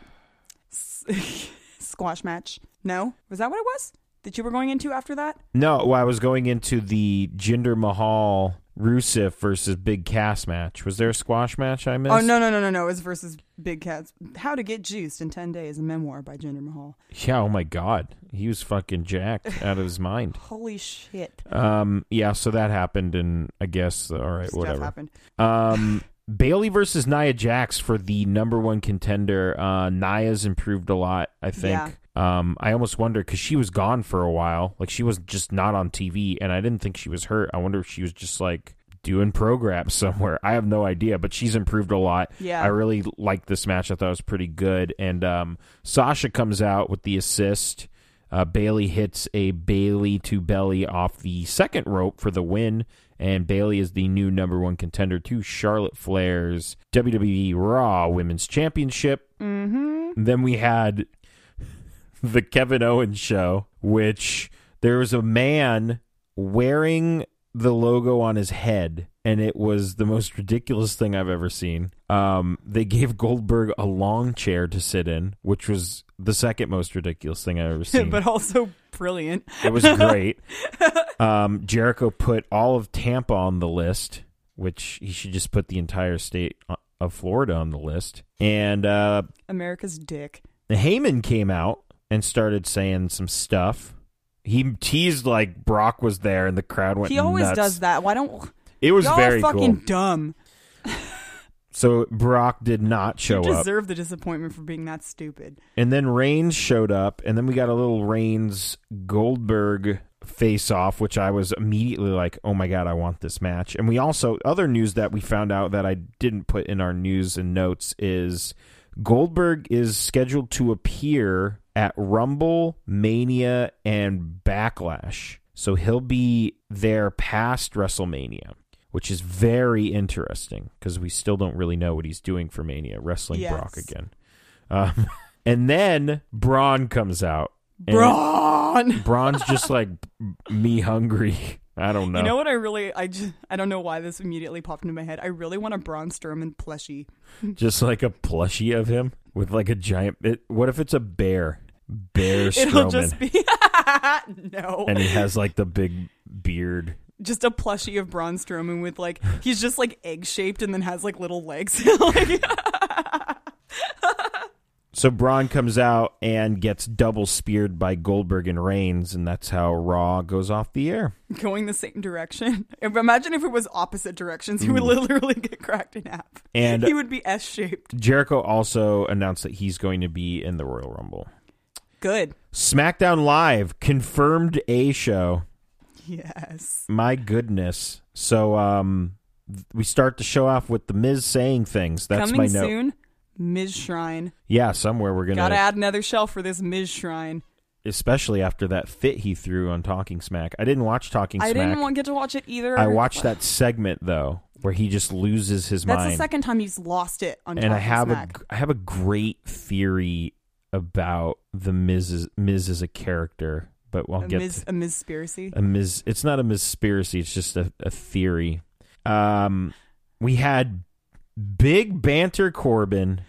[SPEAKER 3] S- Squash match. No? Was that what it was that you were going into after that?
[SPEAKER 2] No. Well, I was going into the Jinder Mahal Rusev versus Big Cass match. Was there a squash match I missed?
[SPEAKER 3] Oh, no, no, no, no, no. It was versus Big Cats. How to Get Juiced in 10 Days, a memoir by Jinder Mahal.
[SPEAKER 2] Yeah. Oh my god. He was fucking jacked out of his mind.
[SPEAKER 3] Holy shit.
[SPEAKER 2] Um. Yeah. So that happened, and I guess all right,
[SPEAKER 3] Stuff
[SPEAKER 2] whatever.
[SPEAKER 3] happened.
[SPEAKER 2] Um, Bailey versus Nia Jax for the number one contender. Uh, Nia's improved a lot, I think. Um, I almost wonder because she was gone for a while. Like she was just not on TV, and I didn't think she was hurt. I wonder if she was just like doing programs somewhere. I have no idea, but she's improved a lot.
[SPEAKER 3] Yeah.
[SPEAKER 2] I really liked this match. I thought it was pretty good. And um, Sasha comes out with the assist. Uh, Bailey hits a Bailey to belly off the second rope for the win, and Bailey is the new number one contender to Charlotte Flair's WWE Raw Women's Championship. Mm-hmm. Then we had the Kevin Owens show, which there was a man wearing the logo on his head, and it was the most ridiculous thing I've ever seen. Um, they gave Goldberg a long chair to sit in, which was the second most ridiculous thing I've ever seen.
[SPEAKER 3] but also brilliant.
[SPEAKER 2] it was great. um, Jericho put all of Tampa on the list, which he should just put the entire state o- of Florida on the list. And uh,
[SPEAKER 3] America's dick.
[SPEAKER 2] Heyman came out and started saying some stuff. He teased like Brock was there, and the crowd went.
[SPEAKER 3] He always
[SPEAKER 2] nuts.
[SPEAKER 3] does that. Why don't
[SPEAKER 2] It was
[SPEAKER 3] y'all
[SPEAKER 2] very
[SPEAKER 3] are fucking
[SPEAKER 2] cool.
[SPEAKER 3] dumb?
[SPEAKER 2] So Brock did not show
[SPEAKER 3] you
[SPEAKER 2] up,
[SPEAKER 3] deserve the disappointment for being that stupid.
[SPEAKER 2] and then Reigns showed up, and then we got a little Reigns Goldberg face off, which I was immediately like, "Oh my god, I want this match." And we also other news that we found out that I didn't put in our news and notes is Goldberg is scheduled to appear at Rumble, Mania, and Backlash. So he'll be there past WrestleMania, which is very interesting because we still don't really know what he's doing for Mania, wrestling
[SPEAKER 3] Yes.
[SPEAKER 2] Brock again. Um, and then Braun comes out. and
[SPEAKER 3] Braun.
[SPEAKER 2] Braun's just like, me hungry. I don't know.
[SPEAKER 3] You know what I really I just I don't know why this immediately popped into my head. I really want a Braun Strowman plushie.
[SPEAKER 2] just like a plushie of him with like a giant. It, what if it's a bear? Bear
[SPEAKER 3] It'll
[SPEAKER 2] Strowman,
[SPEAKER 3] just be no,
[SPEAKER 2] and he has like the big beard.
[SPEAKER 3] just a plushie of Braun Strowman with like he's just like egg shaped and then has like little legs. like,
[SPEAKER 2] So Braun comes out and gets double speared by Goldberg and Reigns, and that's how Raw goes off the air.
[SPEAKER 3] Going the same direction. Imagine if it was opposite directions. He would literally get cracked in half.
[SPEAKER 2] Hmm. And- uh,
[SPEAKER 3] he would be S shaped.
[SPEAKER 2] Jericho also announced that he's going to be in the Royal Rumble.
[SPEAKER 3] Good.
[SPEAKER 2] SmackDown Live confirmed a show.
[SPEAKER 3] Yes.
[SPEAKER 2] My goodness. So um th- we start the show off with the Miz saying things. That's
[SPEAKER 3] Coming
[SPEAKER 2] my note.
[SPEAKER 3] soon, Ms. Shrine.
[SPEAKER 2] Yeah, somewhere we're gonna
[SPEAKER 3] Gotta add another shelf for this Ms. Shrine.
[SPEAKER 2] especially after that fit he threw on Talking Smack. I didn't watch Talking
[SPEAKER 3] I
[SPEAKER 2] Smack.
[SPEAKER 3] didn't want, get to watch it either.
[SPEAKER 2] I watched that segment though, where he just loses his
[SPEAKER 3] That's
[SPEAKER 2] mind.
[SPEAKER 3] the second time he's lost it on
[SPEAKER 2] and I
[SPEAKER 3] Talking
[SPEAKER 2] have
[SPEAKER 3] Smack.
[SPEAKER 2] a I have a great theory about the Miz as, Miz as a character, but I'll
[SPEAKER 3] a
[SPEAKER 2] get
[SPEAKER 3] Ms. a Mizspiracy.
[SPEAKER 2] a mis it's not a conspiracy it's just a, a theory um we had big banter corbin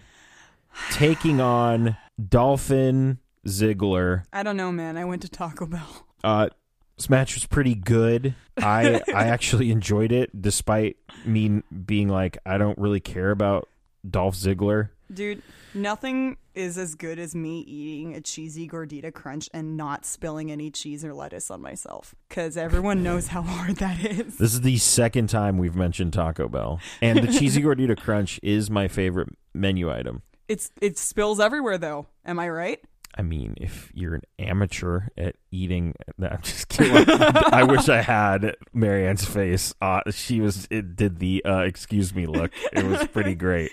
[SPEAKER 2] taking on dolphin ziggler
[SPEAKER 3] I don't know, man. I went to Taco Bell.
[SPEAKER 2] uh this match was pretty good i i actually enjoyed it despite me being like i don't really care about dolph ziggler
[SPEAKER 3] Dude, nothing is as good as me eating a cheesy gordita crunch and not spilling any cheese or lettuce on myself. Because everyone knows how hard that is.
[SPEAKER 2] This is the second time we've mentioned Taco Bell, and the cheesy gordita crunch is my favorite menu item.
[SPEAKER 3] It's it spills everywhere though. Am I right?
[SPEAKER 2] I mean, if you're an amateur at eating, no, I'm just kidding. I wish I had Marianne's face. Uh, she was it did the uh, excuse me look. It was pretty great.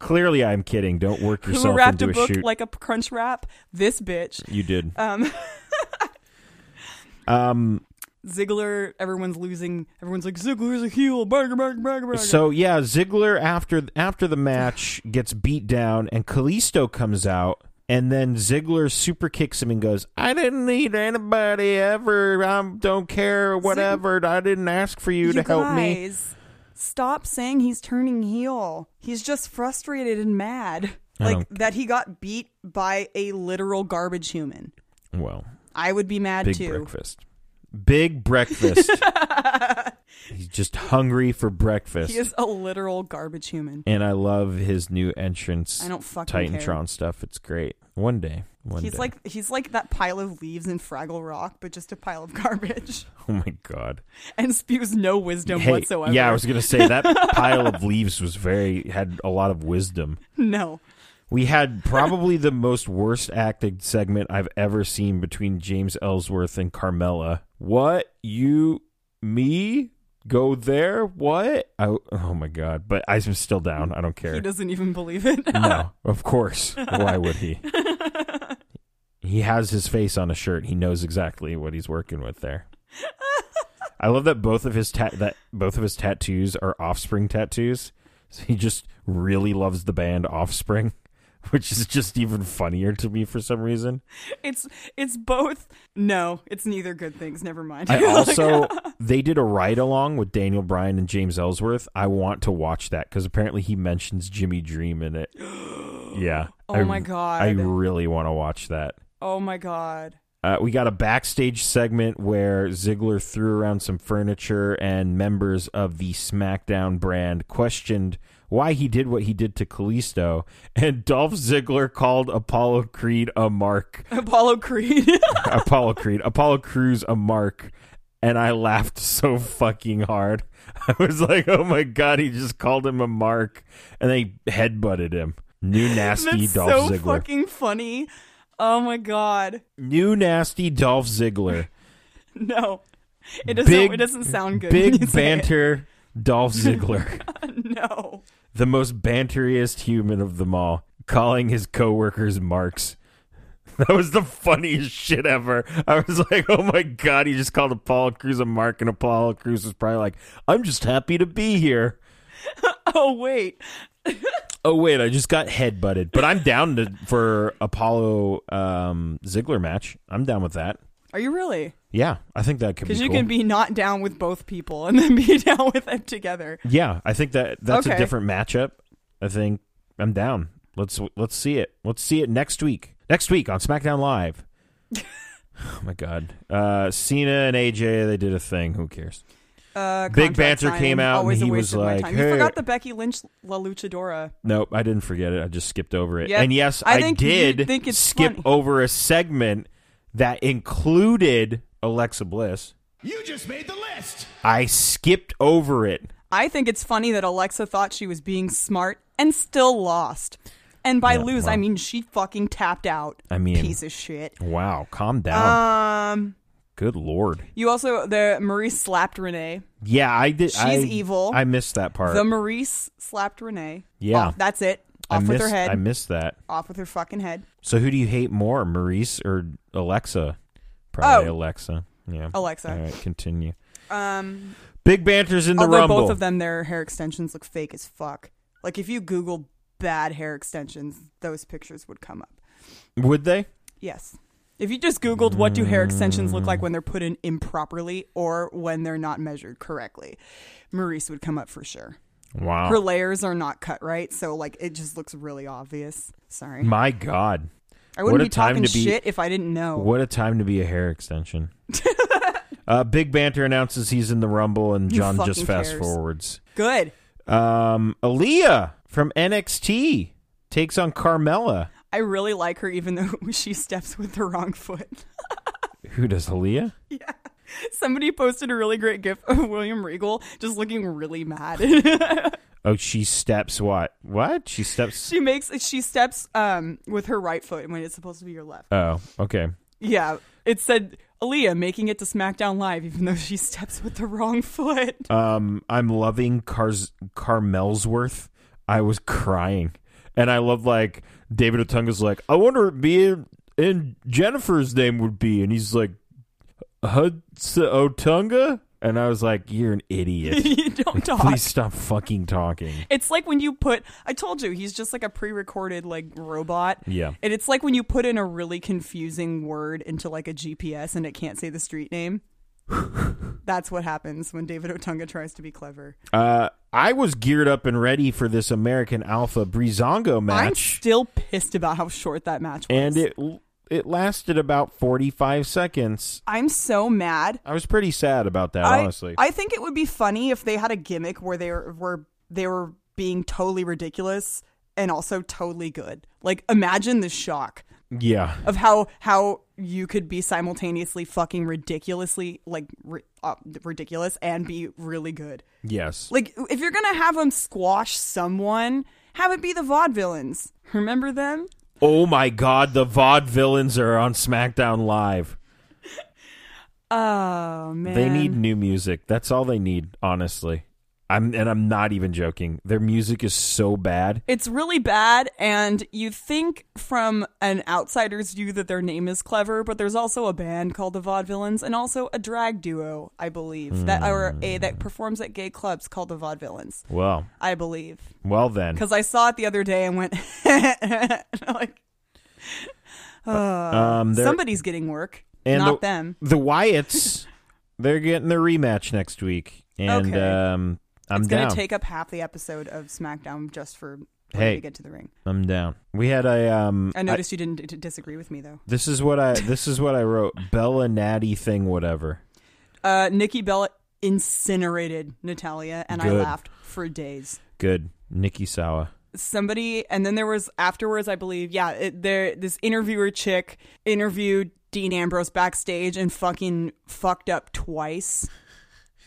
[SPEAKER 2] Clearly, I'm kidding. Don't work
[SPEAKER 3] Who
[SPEAKER 2] yourself
[SPEAKER 3] wrapped
[SPEAKER 2] into
[SPEAKER 3] a
[SPEAKER 2] a,
[SPEAKER 3] book
[SPEAKER 2] shoot.
[SPEAKER 3] like a crunch wrap? This bitch.
[SPEAKER 2] you did.
[SPEAKER 3] Um
[SPEAKER 2] Um.
[SPEAKER 3] Ziggler, everyone's losing. Everyone's like Ziggler's a heel. Burger, burger, burger, burger.
[SPEAKER 2] So yeah, Ziggler after after the match gets beat down, and Kalisto comes out. And then Ziggler super kicks him and goes, "I didn't need anybody ever. I don't care. Whatever. I didn't ask for you, to help me."
[SPEAKER 3] guys, Stop saying he's turning heel. He's just frustrated and mad.
[SPEAKER 2] I
[SPEAKER 3] Like
[SPEAKER 2] don't-
[SPEAKER 3] that he got beat by a literal garbage human.
[SPEAKER 2] Well,
[SPEAKER 3] I would be mad
[SPEAKER 2] big
[SPEAKER 3] too.
[SPEAKER 2] breakfast. Big breakfast. He's just hungry for breakfast.
[SPEAKER 3] He is a literal garbage human.
[SPEAKER 2] and I love his new entrance.
[SPEAKER 3] I don't fucking
[SPEAKER 2] Titantron
[SPEAKER 3] care.
[SPEAKER 2] stuff. It's great. One day. One
[SPEAKER 3] He's
[SPEAKER 2] day.
[SPEAKER 3] like he's like that pile of leaves in Fraggle Rock, but just a pile of garbage
[SPEAKER 2] oh my god.
[SPEAKER 3] and spews no wisdom
[SPEAKER 2] Hey,
[SPEAKER 3] whatsoever.
[SPEAKER 2] yeah, I was gonna say that pile of leaves was very had a lot of wisdom.
[SPEAKER 3] no.
[SPEAKER 2] We had probably the most worst acted segment I've ever seen between James Ellsworth and Carmella. What you me go there? What? I, oh my god! But I'm still down. I don't care.
[SPEAKER 3] He doesn't even believe it.
[SPEAKER 2] No, of course. Why would he? he has his face on a shirt. He knows exactly what he's working with there. I love that both of his ta- that both of his tattoos are Offspring tattoos. So he just really loves the band Offspring, which is just even funnier to me for some reason.
[SPEAKER 3] It's it's both. No, it's neither good things. Never mind.
[SPEAKER 2] I also they did a ride along with Daniel Bryan and James Ellsworth. I want to watch that because apparently he mentions Jimmy Dream in it. Yeah.
[SPEAKER 3] oh
[SPEAKER 2] I-
[SPEAKER 3] my god.
[SPEAKER 2] I really want to watch that.
[SPEAKER 3] oh my god.
[SPEAKER 2] Uh, we got a backstage segment where Ziggler threw around some furniture, and members of the SmackDown brand questioned why he did what he did to Kalisto. And Dolph Ziggler called Apollo Creed a mark.
[SPEAKER 3] Apollo Creed.
[SPEAKER 2] Apollo Creed. Apollo Crews a mark. And I laughed so fucking hard. I was like, oh my God, he just called him a mark. And they headbutted him. New nasty
[SPEAKER 3] That's
[SPEAKER 2] Dolph
[SPEAKER 3] so
[SPEAKER 2] Ziggler.
[SPEAKER 3] fucking funny. Oh my god.
[SPEAKER 2] New nasty Dolph Ziggler.
[SPEAKER 3] No. It doesn't
[SPEAKER 2] Big-
[SPEAKER 3] it doesn't sound good. when you
[SPEAKER 2] Big
[SPEAKER 3] say it.
[SPEAKER 2] banter Dolph Ziggler,
[SPEAKER 3] No.
[SPEAKER 2] the most banteriest human of them all, calling his coworkers marks. That was the funniest shit ever. I was like, oh my god, he just called Apollo Cruz a mark, and Apollo Cruz was probably like, I'm just happy to be here.
[SPEAKER 3] Oh wait.
[SPEAKER 2] Oh wait, I just got headbutted, but I'm down to for Apollo um, Ziggler match. I'm down with that.
[SPEAKER 3] Are you really?
[SPEAKER 2] Yeah, I think that could be.
[SPEAKER 3] Because you
[SPEAKER 2] cool.
[SPEAKER 3] can be not down with both people and then be down with them together.
[SPEAKER 2] Yeah, I think that that's a
[SPEAKER 3] Okay.
[SPEAKER 2] different matchup. I think I'm down. Let's let's see it. Let's see it next week. Next week on SmackDown Live. oh my god. Uh Cena and AJ, they did a thing. Who cares?
[SPEAKER 3] uh,
[SPEAKER 2] Big
[SPEAKER 3] contract
[SPEAKER 2] Banter
[SPEAKER 3] signing.
[SPEAKER 2] came out and
[SPEAKER 3] Always a
[SPEAKER 2] he
[SPEAKER 3] waste
[SPEAKER 2] was
[SPEAKER 3] of my
[SPEAKER 2] like,
[SPEAKER 3] time.
[SPEAKER 2] "Hey."
[SPEAKER 3] you forgot the Becky Lynch La Luchadora.
[SPEAKER 2] Nope, I didn't forget it. I just skipped over it.
[SPEAKER 3] Yep.
[SPEAKER 2] And yes, I,
[SPEAKER 3] I think you
[SPEAKER 2] did
[SPEAKER 3] think it's
[SPEAKER 2] skip
[SPEAKER 3] funny.
[SPEAKER 2] over a segment that included Alexa Bliss.
[SPEAKER 1] You just made the list.
[SPEAKER 2] I skipped over it.
[SPEAKER 3] I think it's funny that Alexa thought she was being smart and still lost. And by
[SPEAKER 2] Yeah,
[SPEAKER 3] lose, I
[SPEAKER 2] well.
[SPEAKER 3] mean she fucking tapped out.
[SPEAKER 2] I mean-
[SPEAKER 3] piece of shit.
[SPEAKER 2] Wow, calm down.
[SPEAKER 3] Um,
[SPEAKER 2] Good lord.
[SPEAKER 3] you also the Maurice slapped Renee.
[SPEAKER 2] Yeah, I did.
[SPEAKER 3] she's
[SPEAKER 2] I-
[SPEAKER 3] evil.
[SPEAKER 2] I missed that part.
[SPEAKER 3] The Maurice slapped Renee.
[SPEAKER 2] Yeah.
[SPEAKER 3] Off- that's it.
[SPEAKER 2] I
[SPEAKER 3] Off
[SPEAKER 2] missed,
[SPEAKER 3] with her head.
[SPEAKER 2] I missed that.
[SPEAKER 3] off with her fucking head.
[SPEAKER 2] So who do you hate more, Maurice or Alexa? Probably
[SPEAKER 3] Oh.
[SPEAKER 2] Alexa. Yeah.
[SPEAKER 3] Alexa.
[SPEAKER 2] All right, continue.
[SPEAKER 3] Um,
[SPEAKER 2] Big Banter's in the
[SPEAKER 3] although
[SPEAKER 2] rumble.
[SPEAKER 3] both of them, their hair extensions look fake as fuck. Like if you Google bad hair extensions, those pictures would come up.
[SPEAKER 2] Would they?
[SPEAKER 3] Yes. If you just Googled what do hair extensions look like when they're put in improperly or when they're not measured correctly, Maurice would come up for sure.
[SPEAKER 2] Wow.
[SPEAKER 3] Her layers are not cut right, so like it just looks really obvious. Sorry.
[SPEAKER 2] My God.
[SPEAKER 3] I wouldn't
[SPEAKER 2] what a
[SPEAKER 3] be
[SPEAKER 2] time
[SPEAKER 3] talking
[SPEAKER 2] to be-
[SPEAKER 3] shit if I didn't know.
[SPEAKER 2] What a time to be a hair extension. uh, Big Banter announces he's in the Rumble, and
[SPEAKER 3] Who
[SPEAKER 2] John just
[SPEAKER 3] fucking
[SPEAKER 2] fast
[SPEAKER 3] cares?
[SPEAKER 2] forwards.
[SPEAKER 3] Good.
[SPEAKER 2] Um, Aaliyah from NXT takes on Carmella.
[SPEAKER 3] I really like her even though she steps with the wrong foot.
[SPEAKER 2] Who does Aaliyah?
[SPEAKER 3] Somebody posted a really great gif of William Regal just looking really mad.
[SPEAKER 2] Oh, she steps what? What? She steps.
[SPEAKER 3] she makes she steps um with her right foot when it's supposed to be your left.
[SPEAKER 2] Oh, okay.
[SPEAKER 3] Yeah, it said Aaliyah making it to SmackDown Live even though she steps with the wrong foot.
[SPEAKER 2] Um, I'm loving Cars Carmelsworth. I was crying, and I love like David Otunga's like, I wonder what being in Jennifer's name would be, and he's like, Hudson Otunga, and I was like, you're an idiot.
[SPEAKER 3] you don't talk.
[SPEAKER 2] Please stop fucking talking.
[SPEAKER 3] It's like when you put I told you he's just like a pre-recorded like robot.
[SPEAKER 2] Yeah.
[SPEAKER 3] And it's like when you put in a really confusing word into like a GPS and it can't say the street name. That's what happens when David Otunga tries to be clever.
[SPEAKER 2] Uh, I was geared up and ready for this American Alpha Brizongo
[SPEAKER 3] I'm
[SPEAKER 2] match,
[SPEAKER 3] still pissed about how short that match was.
[SPEAKER 2] and it it lasted about 45 seconds.
[SPEAKER 3] I'm so mad.
[SPEAKER 2] I was pretty sad about that,
[SPEAKER 3] I-
[SPEAKER 2] Oh, honestly.
[SPEAKER 3] I, think it would be funny if they had a gimmick where they were, were they were being totally ridiculous and also totally good. Like imagine the shock
[SPEAKER 2] yeah.
[SPEAKER 3] of how how you could be simultaneously fucking ridiculously like ri- uh, ridiculous and be really good.
[SPEAKER 2] Yes.
[SPEAKER 3] Like if you're gonna have them squash someone, have it be the vaudevillains. Remember them?
[SPEAKER 2] Oh my god, the VOD villains are on SmackDown Live.
[SPEAKER 3] Oh man,
[SPEAKER 2] They need new music. That's all they need, honestly. I'm and I'm not even joking. Their music is so bad.
[SPEAKER 3] It's really bad, and you think from an outsider's view that their name is clever, but there's also a band called the Vaudevillains, and also a drag duo, I believe, that are a
[SPEAKER 2] Hmm.
[SPEAKER 3] that performs at gay clubs called the Vaudevillains,
[SPEAKER 2] Well,
[SPEAKER 3] I believe.
[SPEAKER 2] well then.
[SPEAKER 3] Because I saw it the other day and went, like,
[SPEAKER 2] Um they're-
[SPEAKER 3] somebody's getting work,
[SPEAKER 2] and
[SPEAKER 3] not
[SPEAKER 2] the,
[SPEAKER 3] them.
[SPEAKER 2] The Wyatts they're getting their rematch next week. And
[SPEAKER 3] Okay.
[SPEAKER 2] um I'm
[SPEAKER 3] It's
[SPEAKER 2] down.
[SPEAKER 3] gonna take up half the episode of SmackDown just for when
[SPEAKER 2] Hey.
[SPEAKER 3] we get to the ring.
[SPEAKER 2] I'm down. We had a um
[SPEAKER 3] I noticed you didn't d- d- disagree with me though.
[SPEAKER 2] this is what I this is what I wrote. Bella Natty thing whatever.
[SPEAKER 3] Uh, Nikki Bella incinerated Natalia, and I
[SPEAKER 2] Good.
[SPEAKER 3] laughed for days.
[SPEAKER 2] Good. Nikki Sawa.
[SPEAKER 3] Somebody, and then there was afterwards, I believe, yeah, it, there this interviewer chick interviewed Dean Ambrose backstage and fucking fucked up twice.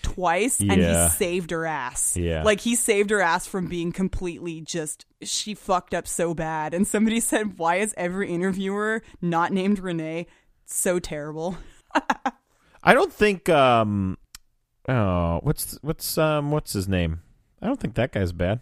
[SPEAKER 3] Twice, and
[SPEAKER 2] Yeah.
[SPEAKER 3] he saved her ass.
[SPEAKER 2] Yeah.
[SPEAKER 3] Like, he saved her ass from being completely just, she fucked up so bad. And somebody said, Why is every interviewer not named Renee so terrible?
[SPEAKER 2] I don't think um oh what's what's um what's his name? I don't think that guy's bad.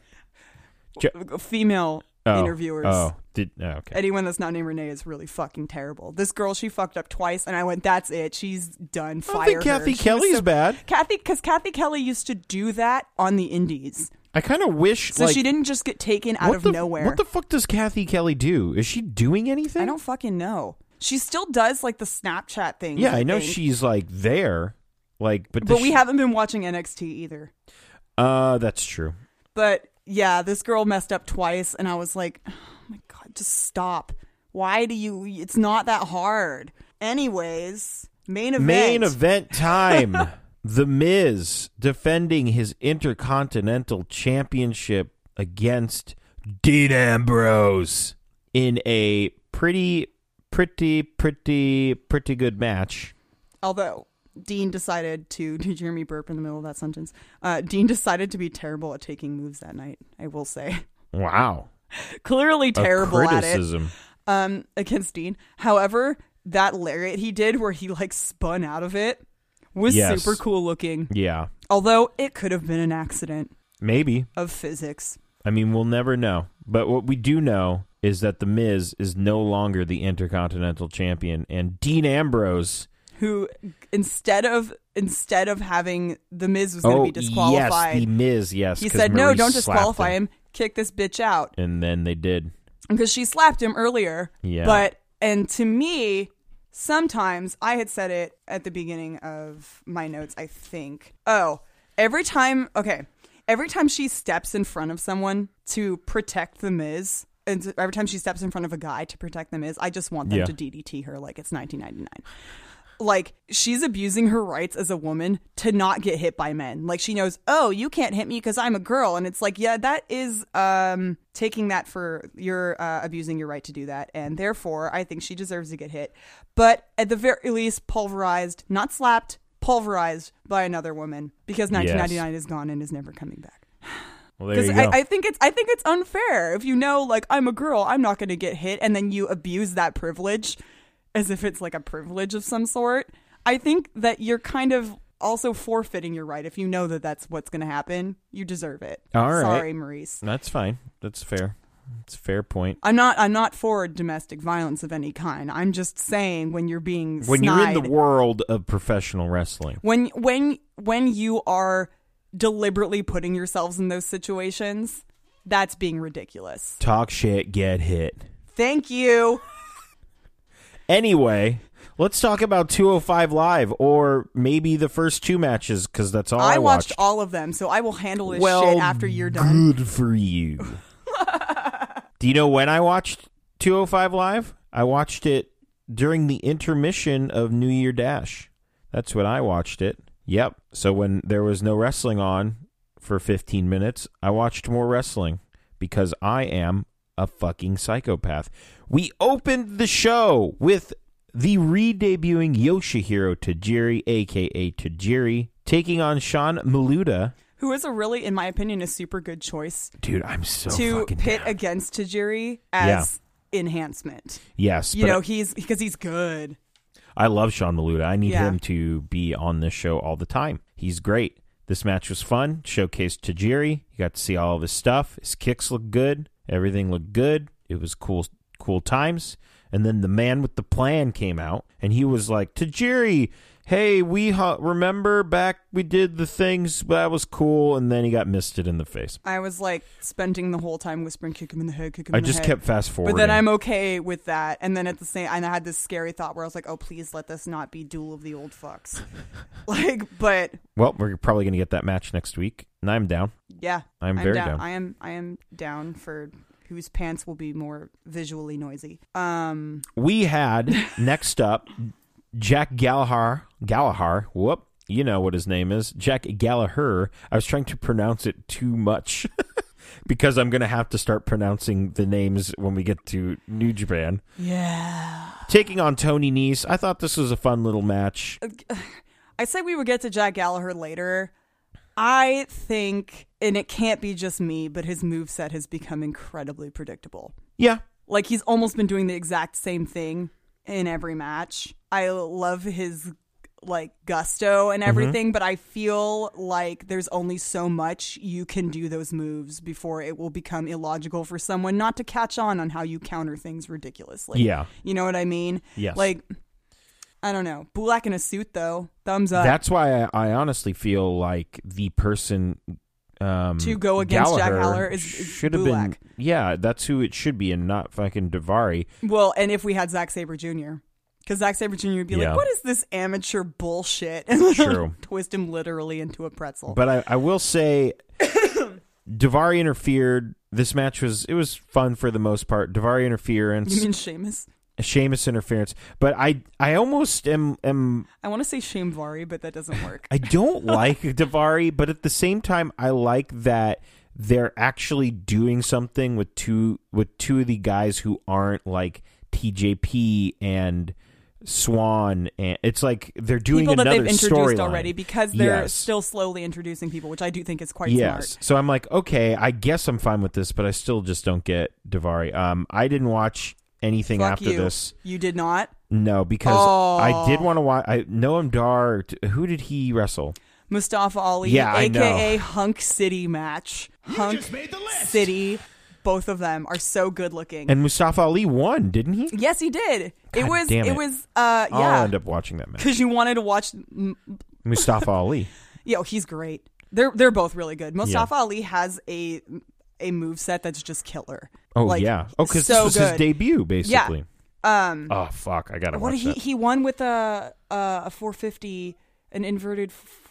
[SPEAKER 3] Female
[SPEAKER 2] Oh,
[SPEAKER 3] interviewers.
[SPEAKER 2] Oh, did oh, okay.
[SPEAKER 3] anyone that's not named Renee is really fucking terrible. This girl, she fucked up twice, and I went, "That's it. She's done."
[SPEAKER 2] I
[SPEAKER 3] Fire
[SPEAKER 2] don't think
[SPEAKER 3] her."
[SPEAKER 2] Kathy
[SPEAKER 3] She was
[SPEAKER 2] Kelly's
[SPEAKER 3] so-
[SPEAKER 2] bad.
[SPEAKER 3] Kathy, because Kathy Kelly used to do that on the Indies,
[SPEAKER 2] I kind of wish
[SPEAKER 3] so
[SPEAKER 2] like
[SPEAKER 3] she didn't just get taken out
[SPEAKER 2] what
[SPEAKER 3] of
[SPEAKER 2] the,
[SPEAKER 3] nowhere.
[SPEAKER 2] What the fuck does Kathy Kelly do? Is she doing anything?
[SPEAKER 3] I don't fucking know. She still does like the Snapchat thing.
[SPEAKER 2] Yeah, I know
[SPEAKER 3] think.
[SPEAKER 2] she's like there, like but
[SPEAKER 3] But
[SPEAKER 2] does
[SPEAKER 3] we
[SPEAKER 2] she-
[SPEAKER 3] haven't been watching NXT either.
[SPEAKER 2] uh that's true.
[SPEAKER 3] But yeah, this girl messed up twice, and I was like, "Oh my god, just stop! Why do you? It's not that hard." Anyways, main event.
[SPEAKER 2] Main event time. The Miz defending his Intercontinental Championship against Dean Ambrose in a pretty, pretty, pretty, pretty good match.
[SPEAKER 3] Although Dean decided to, did you hear me burp in the middle of that sentence? Uh, Dean decided to be terrible at taking moves that night. I will say,
[SPEAKER 2] Wow.
[SPEAKER 3] clearly
[SPEAKER 2] A
[SPEAKER 3] terrible at it
[SPEAKER 2] criticism.
[SPEAKER 3] um, against Dean. However, that lariat he did, where he like spun out of it, was
[SPEAKER 2] Yes.
[SPEAKER 3] super cool looking.
[SPEAKER 2] Yeah.
[SPEAKER 3] Although it could have been an accident
[SPEAKER 2] Maybe.
[SPEAKER 3] of physics.
[SPEAKER 2] I mean, we'll never know. But what we do know is that The Miz is no longer the Intercontinental Champion, and Dean Ambrose.
[SPEAKER 3] Who instead of instead of having the Miz was going to
[SPEAKER 2] oh,
[SPEAKER 3] be disqualified,
[SPEAKER 2] yes, The Miz. Yes,
[SPEAKER 3] he
[SPEAKER 2] 'cause
[SPEAKER 3] said, "No,
[SPEAKER 2] Maurice
[SPEAKER 3] don't
[SPEAKER 2] slapped
[SPEAKER 3] disqualify him. Kick this bitch out,"
[SPEAKER 2] And then they did.
[SPEAKER 3] because she slapped him earlier.
[SPEAKER 2] Yeah.
[SPEAKER 3] But and to me, sometimes I had said it at the beginning of my notes. I think. Oh, every time. Okay, every time she steps in front of someone to protect the Miz. And to- every time she steps in front of a guy to protect the Miz, I just want them
[SPEAKER 2] Yeah.
[SPEAKER 3] to DDT her like it's 1999 like she's abusing her rights as a woman to not get hit by men. Like she knows, oh, you can't hit me because I'm a girl, and it's like, yeah, that is um, taking that for you're uh, abusing your right to do that, and therefore, I think she deserves to get hit, but at the very least, pulverized, not slapped, pulverized by another woman because 1999 is gone and is never coming back.
[SPEAKER 2] Well, there
[SPEAKER 3] Because
[SPEAKER 2] you go.
[SPEAKER 3] I, I think it's I think it's unfair if you know like I'm a girl, I'm not going to get hit, and then you abuse that privilege as if it's like a privilege of some sort. I think that you're kind of also forfeiting your right if you know that that's what's going to happen. You deserve it.
[SPEAKER 2] All right.
[SPEAKER 3] Sorry, Maurice.
[SPEAKER 2] That's fine. That's fair. It's a fair point.
[SPEAKER 3] I'm not I'm not for domestic violence of any kind. I'm just saying when you're being
[SPEAKER 2] When you're in the
[SPEAKER 3] snide-
[SPEAKER 2] world of professional wrestling,
[SPEAKER 3] when when when you are deliberately putting yourselves in those situations, that's being ridiculous.
[SPEAKER 2] talk shit, get hit.
[SPEAKER 3] Thank you.
[SPEAKER 2] Anyway, let's talk about 205 Live or maybe the first two matches because that's all I,
[SPEAKER 3] I watched all of them, so I will handle this
[SPEAKER 2] well,
[SPEAKER 3] shit after you're done.
[SPEAKER 2] Good for you. Do you know when I watched 205 Live? I watched it during the intermission of New Year Dash. That's when I watched it. Yep. So when there was no wrestling on for 15 minutes, I watched more wrestling because I am a fucking psychopath. We opened the show with the re-debuting Yoshihiro Tajiri, aka Tajiri, taking on Sean Maluda.
[SPEAKER 3] Who is a really, in my opinion, a super good choice
[SPEAKER 2] Dude, I'm so
[SPEAKER 3] to
[SPEAKER 2] fucking
[SPEAKER 3] pit
[SPEAKER 2] down.
[SPEAKER 3] against Tajiri as enhancement.
[SPEAKER 2] Yes,
[SPEAKER 3] You
[SPEAKER 2] but
[SPEAKER 3] know, he's because he's good.
[SPEAKER 2] I love Sean Maluda. I need
[SPEAKER 3] Yeah.
[SPEAKER 2] him to be on this show all the time. He's great. This match was fun. Showcased Tajiri. You got to see all of his stuff. His kicks looked good. Everything looked good. It was cool, cool times. And then the man with the plan came out, and he was like, "Tajiri, hey, we hu- remember back we did the things that was cool." And then he got misted in the face.
[SPEAKER 3] I was like spending the whole time whispering, "Kick him in the head, kick him."
[SPEAKER 2] I
[SPEAKER 3] in the
[SPEAKER 2] just
[SPEAKER 3] head."
[SPEAKER 2] kept fast
[SPEAKER 3] But
[SPEAKER 2] forwarding.
[SPEAKER 3] then I'm okay with that, and then at the same, and I had this scary thought where I was like, "Oh, please let this not be Duel of the Old Fucks." like, but
[SPEAKER 2] well, we're probably gonna get that match next week, and I'm down.
[SPEAKER 3] Yeah,
[SPEAKER 2] I'm very
[SPEAKER 3] down.
[SPEAKER 2] down.
[SPEAKER 3] I am. I am down for whose pants will be more visually noisy. Um,
[SPEAKER 2] we had next up Jack Gallagher. Gallagher. Whoop. You know what his name is. Jack Gallagher. I was trying to pronounce it too much because I'm going to have to start pronouncing the names when we get to New Japan.
[SPEAKER 3] yeah.
[SPEAKER 2] Taking on Tony Nese. I thought this was a fun little match.
[SPEAKER 3] I said we would get to Jack Gallagher later. I think, and it can't be just me, but his moveset has become incredibly predictable.
[SPEAKER 2] Yeah.
[SPEAKER 3] Like he's almost been doing the exact same thing in every match. I love his like gusto
[SPEAKER 2] Mm-hmm.
[SPEAKER 3] and everything, but I feel like there's only so much you can do those moves before it will become illogical for someone not to catch on on how you counter things ridiculously.
[SPEAKER 2] Yeah.
[SPEAKER 3] You know what I mean?
[SPEAKER 2] Yes.
[SPEAKER 3] Like I don't know. Bulak in a suit though. Thumbs up.
[SPEAKER 2] That's why I, I honestly feel like the person um,
[SPEAKER 3] To go against Jack
[SPEAKER 2] Gallagher
[SPEAKER 3] Gallagher is- is
[SPEAKER 2] should have been.
[SPEAKER 3] Gulak.
[SPEAKER 2] Yeah, that's who it should be, and not fucking Davari.
[SPEAKER 3] Well, and if we had Zack Saber Jr. Because Zack Saber Jr. would be
[SPEAKER 2] Yeah.
[SPEAKER 3] like, "What is this amateur bullshit?" and
[SPEAKER 2] True.
[SPEAKER 3] twist him literally into a pretzel.
[SPEAKER 2] Oh. But I, I will say, Davari interfered. This match was it was fun for the most part. Davari
[SPEAKER 3] you
[SPEAKER 2] interference.
[SPEAKER 3] mean Sheamus?
[SPEAKER 2] Sheamus interference, but I I almost am am
[SPEAKER 3] I want to say Shamvari, but that doesn't work.
[SPEAKER 2] I don't like Davari, but at the same time, I like that they're actually doing something with two with two of the guys who aren't like TJP and Swan, and it's like they're doing
[SPEAKER 3] people that
[SPEAKER 2] another
[SPEAKER 3] they've introduced
[SPEAKER 2] storyline.
[SPEAKER 3] already because they're
[SPEAKER 2] Yes.
[SPEAKER 3] still slowly introducing people, which I do think is quite
[SPEAKER 2] Yes,
[SPEAKER 3] smart.
[SPEAKER 2] so I'm like, okay, I guess I'm fine with this, but I still just don't get Davari. Um, I didn't watch anything
[SPEAKER 3] Fuck
[SPEAKER 2] after
[SPEAKER 3] you.
[SPEAKER 2] this.
[SPEAKER 3] You did not.
[SPEAKER 2] No, because
[SPEAKER 3] Oh.
[SPEAKER 2] I did want to watch. I Noam Dar. t- Who did he wrestle?
[SPEAKER 3] Mustafa Ali,
[SPEAKER 2] Yeah, I
[SPEAKER 3] aka Hunk City match. Hunk
[SPEAKER 1] just made the list.
[SPEAKER 3] City. Both of them are so good looking.
[SPEAKER 2] And Mustafa Ali won, didn't he?
[SPEAKER 3] yes, he did. it
[SPEAKER 2] God
[SPEAKER 3] was.
[SPEAKER 2] damn
[SPEAKER 3] it.
[SPEAKER 2] it.
[SPEAKER 3] was. Uh,
[SPEAKER 2] I'll
[SPEAKER 3] yeah.
[SPEAKER 2] end up watching that match.
[SPEAKER 3] Because you wanted to watch. m-
[SPEAKER 2] Mustafa Ali.
[SPEAKER 3] Yo, he's great. They're they're both really good. Mustafa Ali has a a move set that's just killer.
[SPEAKER 2] Oh
[SPEAKER 3] Like,
[SPEAKER 2] yeah. Oh, because
[SPEAKER 3] so
[SPEAKER 2] this was his
[SPEAKER 3] good.
[SPEAKER 2] debut, basically.
[SPEAKER 3] Um,
[SPEAKER 2] Oh fuck, I gotta
[SPEAKER 3] what
[SPEAKER 2] watch
[SPEAKER 3] he
[SPEAKER 2] that.
[SPEAKER 3] he won with a a, a 450, an inverted. f-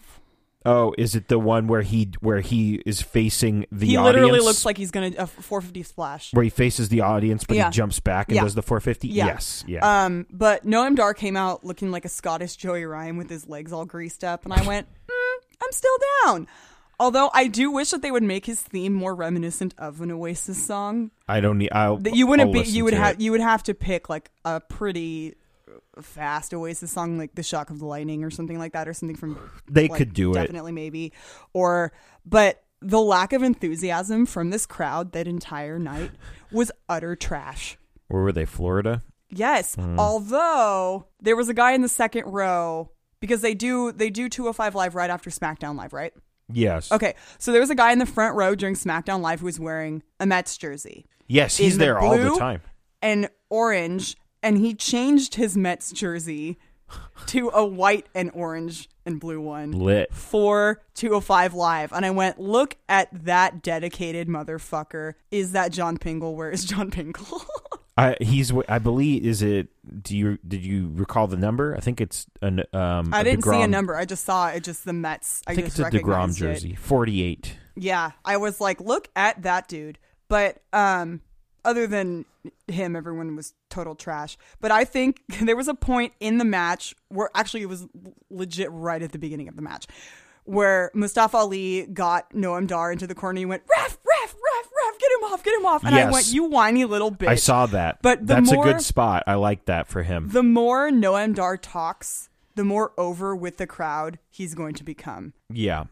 [SPEAKER 2] Oh, is it the one where he where he is facing the
[SPEAKER 3] he
[SPEAKER 2] audience?
[SPEAKER 3] literally looks like he's gonna a 450 splash.
[SPEAKER 2] where he faces the audience, but
[SPEAKER 3] Yeah.
[SPEAKER 2] he jumps back and
[SPEAKER 3] Yeah.
[SPEAKER 2] does the 450.
[SPEAKER 3] Yeah.
[SPEAKER 2] Yes, yeah.
[SPEAKER 3] Um, but Noam Dar came out looking like a Scottish Joey Ryan with his legs all greased up, and I went, mm, I'm still down. Although I do wish that they would make his theme more reminiscent of an Oasis song.
[SPEAKER 2] I don't need. I'll,
[SPEAKER 3] That you wouldn't
[SPEAKER 2] I'll
[SPEAKER 3] be.
[SPEAKER 2] listen
[SPEAKER 3] You would
[SPEAKER 2] to
[SPEAKER 3] have.
[SPEAKER 2] it.
[SPEAKER 3] You would have to pick like a pretty fast Oasis song, like "The Shock of the Lightning" or something like that, or something from.
[SPEAKER 2] They
[SPEAKER 3] like,
[SPEAKER 2] could do it.
[SPEAKER 3] definitely, maybe, or but the lack of enthusiasm from this crowd that entire night was utter trash.
[SPEAKER 2] Where were they? Florida.
[SPEAKER 3] Yes.
[SPEAKER 2] Hmm.
[SPEAKER 3] Although there was a guy in the second row because they do they do 205 live right after SmackDown live, right?
[SPEAKER 2] Yes.
[SPEAKER 3] Okay. So there was a guy in the front row during SmackDown live who was wearing a Mets jersey
[SPEAKER 2] Yes, he's
[SPEAKER 3] in the
[SPEAKER 2] there all the
[SPEAKER 3] blue-
[SPEAKER 2] time.
[SPEAKER 3] and orange and he changed his Mets jersey to a white and orange and blue one.
[SPEAKER 2] Lit.
[SPEAKER 3] For 205 Live. And I went, look at that dedicated motherfucker. Is that John Pingle? Where is John Pingle?
[SPEAKER 2] I he's w- I believe is it do you did you recall the number? I think it's an um
[SPEAKER 3] I didn't see a
[SPEAKER 2] DeGrom
[SPEAKER 3] number. I just saw it. Just the Mets. I,
[SPEAKER 2] I think
[SPEAKER 3] just
[SPEAKER 2] it's a DeGrom
[SPEAKER 3] recognized it.
[SPEAKER 2] jersey. 48.
[SPEAKER 3] Yeah, I was like, look at that dude. But um, other than him, everyone was total trash. But I think there was a point in the match where actually it was legit right at the beginning of the match where Mustafa Ali got Noam Dar into the corner. and He went ref, ref, ref, ref, get him off, get him off. And I
[SPEAKER 2] Yes.
[SPEAKER 3] went, you whiny little bitch.
[SPEAKER 2] I saw that.
[SPEAKER 3] But the
[SPEAKER 2] that's
[SPEAKER 3] more-
[SPEAKER 2] a good spot. I like that for him.
[SPEAKER 3] the more Noam Dar talks, the more over with the crowd he's going to become.
[SPEAKER 2] yeah.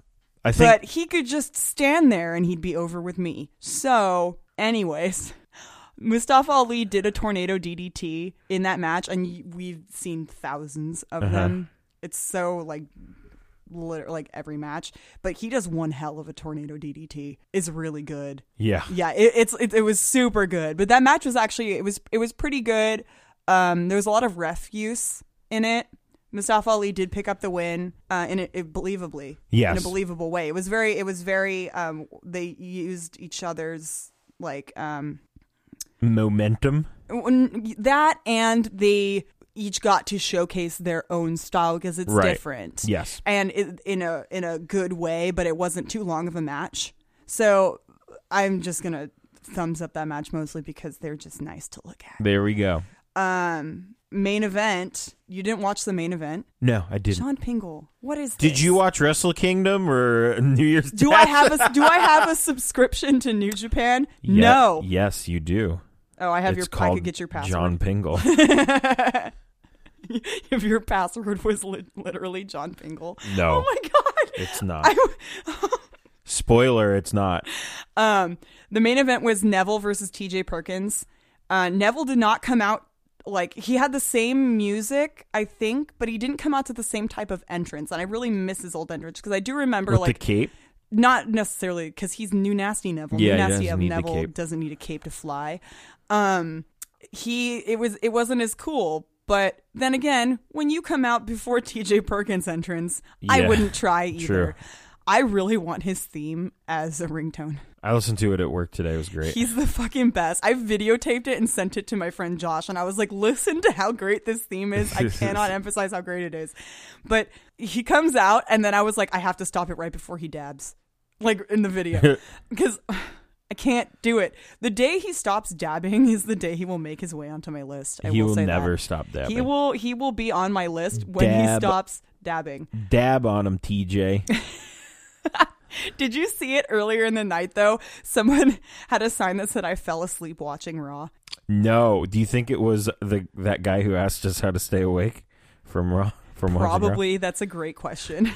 [SPEAKER 2] I think
[SPEAKER 3] But he could just stand there and he'd be over with me. So, anyways, Mustafa Ali did a tornado DDT in that match, and y- we've seen thousands of
[SPEAKER 2] Uh-huh.
[SPEAKER 3] them. It's so like. Lit- like every match, but he does one hell of a tornado DDT. Is really good.
[SPEAKER 2] yeah.
[SPEAKER 3] Yeah, it, it's it, it was super good. But that match was actually it was it was pretty good. Um, there was a lot of refuse in it. Mustafa Ali did pick up the win, uh, in it, it believably, in
[SPEAKER 2] Yes.
[SPEAKER 3] a believable way. It was very it was very um, they used each other's like um,
[SPEAKER 2] Momentum.
[SPEAKER 3] when- that and they each got to showcase their own style because it's
[SPEAKER 2] Right.
[SPEAKER 3] different
[SPEAKER 2] Yes.
[SPEAKER 3] and it, in a in a good way but it wasn't too long of a match so i'm just gonna thumbs up that match mostly because they're just nice to look at
[SPEAKER 2] There we go.
[SPEAKER 3] um main event you didn't watch the main event
[SPEAKER 2] No, I didn't.
[SPEAKER 3] john pingle what is
[SPEAKER 2] Did
[SPEAKER 3] this?
[SPEAKER 2] you watch Wrestle Kingdom or New Year's
[SPEAKER 3] do i have a do i have a subscription to new japan
[SPEAKER 2] Ye-
[SPEAKER 3] no
[SPEAKER 2] Yes, you do.
[SPEAKER 3] oh i have
[SPEAKER 2] it's
[SPEAKER 3] your i
[SPEAKER 2] called
[SPEAKER 3] could get your password
[SPEAKER 2] John Pingle.
[SPEAKER 3] if your password was lit literally John Pingle.
[SPEAKER 2] No.
[SPEAKER 3] Oh my god.
[SPEAKER 2] it's not.
[SPEAKER 3] I w-
[SPEAKER 2] Spoiler, it's not.
[SPEAKER 3] um, the main event was Neville versus T.J. Perkins. Uh, Neville did not come out like he had the same music, I think, but he didn't come out to the same type of entrance. And I really miss his old entrance because I do remember
[SPEAKER 2] With
[SPEAKER 3] like
[SPEAKER 2] the cape.
[SPEAKER 3] not necessarily because he's new nasty Neville.
[SPEAKER 2] Yeah,
[SPEAKER 3] new
[SPEAKER 2] he
[SPEAKER 3] nasty
[SPEAKER 2] doesn't need the
[SPEAKER 3] Neville
[SPEAKER 2] cape.
[SPEAKER 3] doesn't need a cape to fly. Um, he it was it wasn't as cool. But then again, when you come out before T.J. Perkins' entrance, I
[SPEAKER 2] Yeah,
[SPEAKER 3] wouldn't try either.
[SPEAKER 2] true.
[SPEAKER 3] I really want his theme as a ringtone.
[SPEAKER 2] I listened to it at work today. It was great.
[SPEAKER 3] He's the fucking best. I videotaped it and sent it to my friend Josh, and I was like, listen to how great this theme is. I cannot emphasize how great it is. But he comes out, and then I was like, I have to stop it right before he dabs, like in the video. Because I can't do it. The day he stops dabbing is the day he will make his way onto my list. I
[SPEAKER 2] He
[SPEAKER 3] will,
[SPEAKER 2] will
[SPEAKER 3] say that.
[SPEAKER 2] never stop dabbing.
[SPEAKER 3] He will. He will be on my list when he
[SPEAKER 2] Dab.
[SPEAKER 3] stops dabbing.
[SPEAKER 2] Dab on him, TJ.
[SPEAKER 3] Did you see it earlier in the night though? Someone had a sign that said "I fell asleep watching Raw."
[SPEAKER 2] no, do you think it was the that guy who asked us how to stay awake from Raw? From watching Raw?
[SPEAKER 3] Probably that's a great question.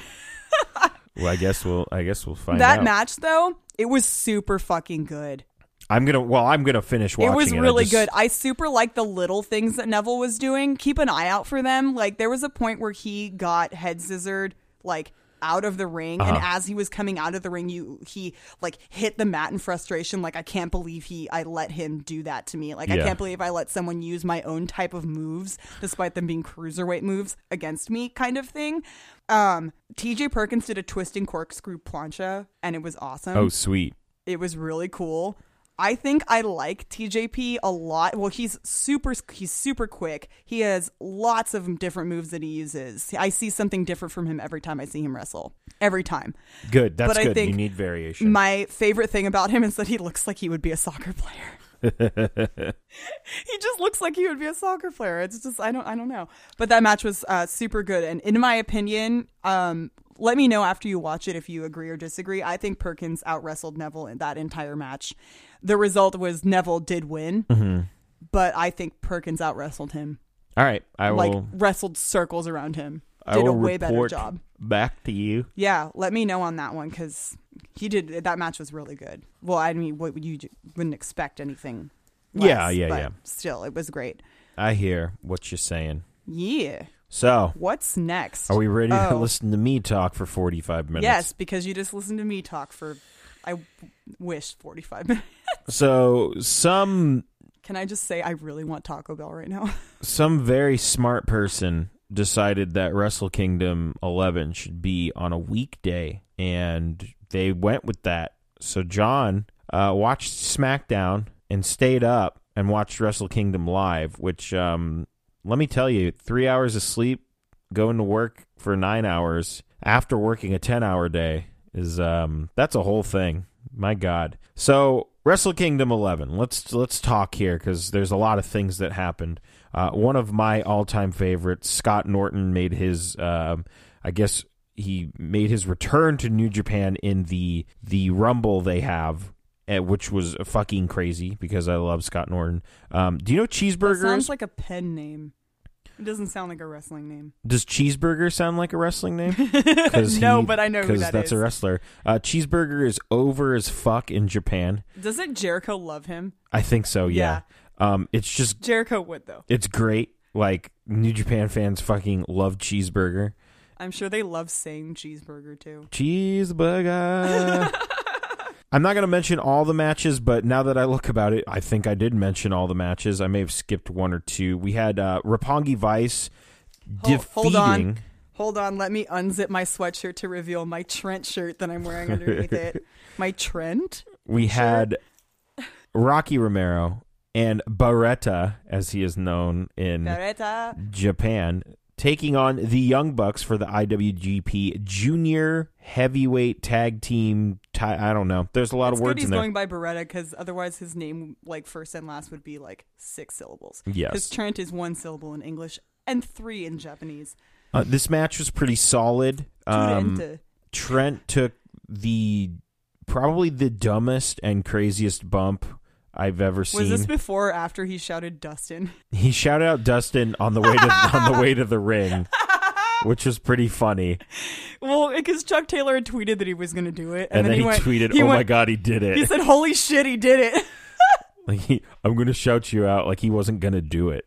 [SPEAKER 2] Well, I guess we'll. I guess we'll find
[SPEAKER 3] that
[SPEAKER 2] out.
[SPEAKER 3] match though, it was super fucking good.
[SPEAKER 2] I'm gonna. Well, I'm gonna finish watching.
[SPEAKER 3] it was
[SPEAKER 2] I
[SPEAKER 3] really
[SPEAKER 2] just-
[SPEAKER 3] good. I super like the little things that Neville was doing. Keep an eye out for them. Like there was a point where he got head scissored like out of the ring and
[SPEAKER 2] Uh-huh.
[SPEAKER 3] as he was coming out of the ring you he like hit the mat in frustration like I can't believe he I let him do that to me. Like I
[SPEAKER 2] Yeah.
[SPEAKER 3] can't believe I let someone use my own type of moves despite them being cruiserweight moves against me kind of thing. Um TJ Perkins did a twisting corkscrew plancha and it was awesome.
[SPEAKER 2] Oh, sweet.
[SPEAKER 3] It was really cool. I think I like TJP a lot. Well, he's super he's super quick. He has lots of different moves that he uses. I see something different from him every time I see him wrestle. Every time.
[SPEAKER 2] Good. That's
[SPEAKER 3] But I
[SPEAKER 2] good.
[SPEAKER 3] think
[SPEAKER 2] you need variation.
[SPEAKER 3] My favorite thing about him is that he looks like he would be a soccer player. he just looks like he would be a soccer player. It's just I don't I don't know. But that match was uh, super good and in my opinion, um, let me know after you watch it if you agree or disagree. I think Perkins out wrestled Neville in that entire match. The result was Neville did win,
[SPEAKER 2] Mm-hmm.
[SPEAKER 3] but I think Perkins out wrestled him.
[SPEAKER 2] All right. I will.
[SPEAKER 3] Like wrestled circles around him.
[SPEAKER 2] I
[SPEAKER 3] Did a
[SPEAKER 2] will
[SPEAKER 3] way better
[SPEAKER 2] report
[SPEAKER 3] job.
[SPEAKER 2] Back to you.
[SPEAKER 3] Yeah, let me know on that one because he did that match was really good. Well, I mean, what would you do- wouldn't expect anything. Less,
[SPEAKER 2] Yeah, yeah,
[SPEAKER 3] but
[SPEAKER 2] yeah.
[SPEAKER 3] Still, it was great.
[SPEAKER 2] I hear what you're saying.
[SPEAKER 3] Yeah.
[SPEAKER 2] So,
[SPEAKER 3] What's next?
[SPEAKER 2] are we ready to
[SPEAKER 3] Oh.
[SPEAKER 2] listen to me talk for 45 minutes?
[SPEAKER 3] Yes, because you just listened to me talk for, I w- wish forty five minutes.
[SPEAKER 2] So, some
[SPEAKER 3] Can I just say I really want Taco Bell right now?
[SPEAKER 2] some very smart person decided that Wrestle Kingdom 11 should be on a weekday, and they went with that. So John uh, watched SmackDown and stayed up and watched Wrestle Kingdom live, which um, let me tell you, three hours of sleep, going to work for nine hours after working a 10 hour day is um that's a whole thing my god so wrestle kingdom 11 let's let's talk here because there's a lot of things that happened uh, one of my all-time favorites scott norton made his um i guess he made his return to new japan in the the rumble they have eh, which was fucking crazy because i love scott norton um, do you know cheeseburgers
[SPEAKER 3] Sounds like a pen name. It doesn't sound like a wrestling name.
[SPEAKER 2] does cheeseburger sound like a wrestling name? 'Cause
[SPEAKER 3] No, but I know who
[SPEAKER 2] 'cause
[SPEAKER 3] that
[SPEAKER 2] that's a
[SPEAKER 3] is.
[SPEAKER 2] wrestler. Uh, cheeseburger is over as fuck in Japan.
[SPEAKER 3] Doesn't Jericho love him?
[SPEAKER 2] I think so. Yeah. Um, it's just
[SPEAKER 3] Jericho would though.
[SPEAKER 2] it's great. Like New Japan fans fucking love cheeseburger.
[SPEAKER 3] I'm sure they love saying cheeseburger too.
[SPEAKER 2] Cheeseburger. I'm not going to mention all the matches, but now that I look about it, I think I did mention all the matches. I may have skipped one or two. We had uh, Rapongi Vice
[SPEAKER 3] Hold-
[SPEAKER 2] defeating.
[SPEAKER 3] hold on. Hold on, let me unzip my sweatshirt to reveal my Trent shirt that I'm wearing underneath it. My Trent?
[SPEAKER 2] we had Rocky Romero and Barretta, as he is known in
[SPEAKER 3] Beretta.
[SPEAKER 2] Japan, taking on the Young Bucks for the IWGP Junior Heavyweight Tag Team. Ti- I don't know. There's a lot
[SPEAKER 3] It's
[SPEAKER 2] of
[SPEAKER 3] good
[SPEAKER 2] words
[SPEAKER 3] he's
[SPEAKER 2] in there.
[SPEAKER 3] going by Beretta because otherwise his name, like first and last, would be like six syllables.
[SPEAKER 2] Mm, Yes.
[SPEAKER 3] Because Trent is one syllable in English and three in Japanese.
[SPEAKER 2] Uh, this match was pretty solid. Um,
[SPEAKER 3] Trente.
[SPEAKER 2] Trent took the probably the dumbest and craziest bump I've ever seen.
[SPEAKER 3] Was this before or after he shouted Dustin?
[SPEAKER 2] He shouted out Dustin on the way to on the way to the ring, which was pretty funny.
[SPEAKER 3] Well, because Chuck Taylor had tweeted that he was going to do it.
[SPEAKER 2] And, then, he,
[SPEAKER 3] went-
[SPEAKER 2] tweeted,
[SPEAKER 3] he
[SPEAKER 2] "Oh
[SPEAKER 3] went-
[SPEAKER 2] my god, he did
[SPEAKER 3] He
[SPEAKER 2] it!"
[SPEAKER 3] said, Holy shit, he did it.
[SPEAKER 2] like he, I'm gonna shout you out. Like he wasn't gonna do it.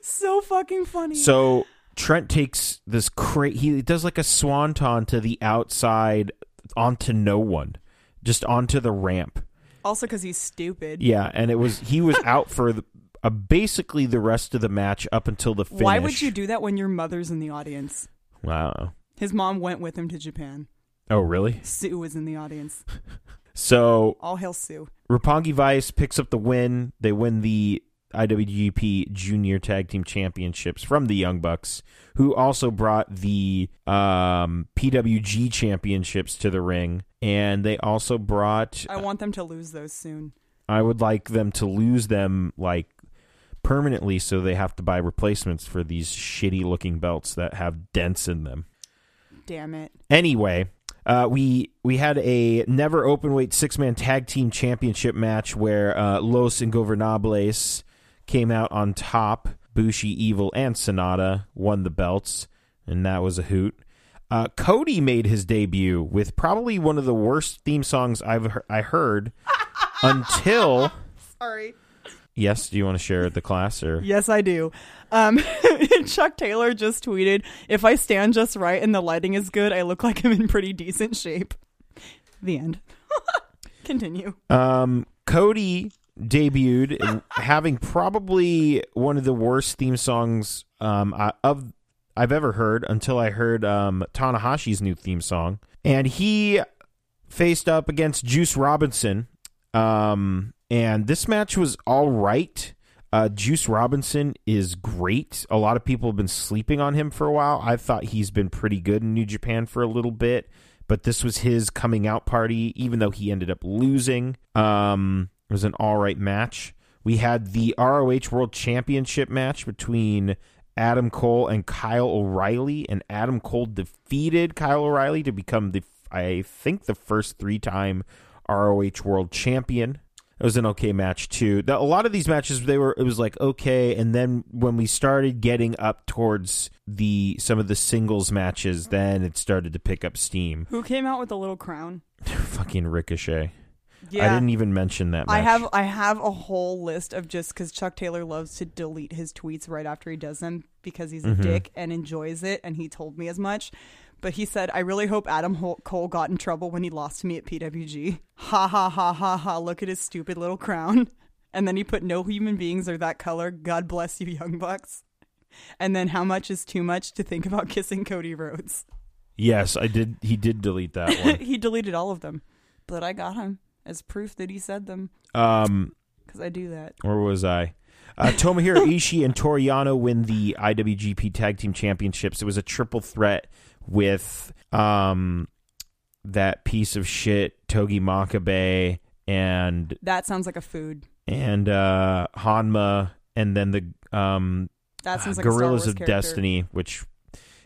[SPEAKER 3] so fucking funny.
[SPEAKER 2] So Trent takes this cra He does like a swanton to the outside, onto no one, just onto the ramp.
[SPEAKER 3] also because he's stupid.
[SPEAKER 2] Yeah, and it was he was out for the, uh, basically the rest of the match up until the finish.
[SPEAKER 3] Why would you do that when your mother's in the audience?
[SPEAKER 2] Wow.
[SPEAKER 3] His mom went with him to Japan.
[SPEAKER 2] Oh really?
[SPEAKER 3] Sue was in the audience.
[SPEAKER 2] So
[SPEAKER 3] All hail Sue.
[SPEAKER 2] Rapongi Vice picks up the win. They win the IWGP Junior Tag Team Championships from the Young Bucks, who also brought the um, PWG Championships to the ring, and they also brought.
[SPEAKER 3] I want them to lose those soon.
[SPEAKER 2] I would like them to lose them like permanently, so they have to buy replacements for these shitty looking belts that have dents in them.
[SPEAKER 3] Damn it.
[SPEAKER 2] Anyway, uh, we we had a never open weight six man tag team championship match where uh, Los Ingobernables came out on top. Bushi, Evil, and Sonata won the belts, and that was a hoot. Uh, Cody made his debut with probably one of the worst theme songs I've he- I heard until.
[SPEAKER 3] Sorry.
[SPEAKER 2] Yes, do you want to share with the class or?
[SPEAKER 3] Yes, I do. Um, Chuck Taylor just tweeted, "If I stand just right and the lighting is good, I look like I'm in pretty decent shape." The end. Continue.
[SPEAKER 2] Um, Cody debuted having probably one of the worst theme songs um, I, of I've ever heard until I heard um, Tanahashi's new theme song, and he faced up against Juice Robinson. Um, and this match was all right. Uh, Juice Robinson is great. A lot of people have been sleeping on him for a while. I thought he's been pretty good in New Japan for a little bit, but this was his coming out party, even though he ended up losing. Um, it was an all right match. We had the ROH World Championship match between Adam Cole and Kyle O'Reilly, and Adam Cole defeated Kyle O'Reilly to become the, I think, the first three time ROH World Champion. It was an okay match too. The, a lot of these matches, they were it was like okay, and then when we started getting up towards the some of the singles matches, then it started to pick up steam.
[SPEAKER 3] Who came out with the little crown?
[SPEAKER 2] Fucking Ricochet. I didn't even mention that. Match.
[SPEAKER 3] I have I have a whole list of just because Chuck Taylor loves to delete his tweets right after he does them because he's a dick and enjoys it, and he told me as much. But he said, "I really hope Adam Hol- Cole got in trouble when he lost to me at PWG." Ha ha ha ha ha! Look at his stupid little crown. And then he put, "No human beings are that color. God bless you, young bucks." And then, how much is too much to think about kissing Cody Rhodes?
[SPEAKER 2] Yes, I did. He did delete that one.
[SPEAKER 3] he deleted all of them, but I got him as proof that he said them
[SPEAKER 2] um,
[SPEAKER 3] because I do that.
[SPEAKER 2] where was I? Uh, Tomohiro Ishii and Toriano win the IWGP Tag Team Championships. It was a triple threat with um, that piece of shit Togi Makabe and
[SPEAKER 3] That sounds like a food.
[SPEAKER 2] and uh, Hanma, and then the um,
[SPEAKER 3] That sounds like a Star
[SPEAKER 2] Gorillas
[SPEAKER 3] Wars
[SPEAKER 2] of
[SPEAKER 3] character.
[SPEAKER 2] Destiny, which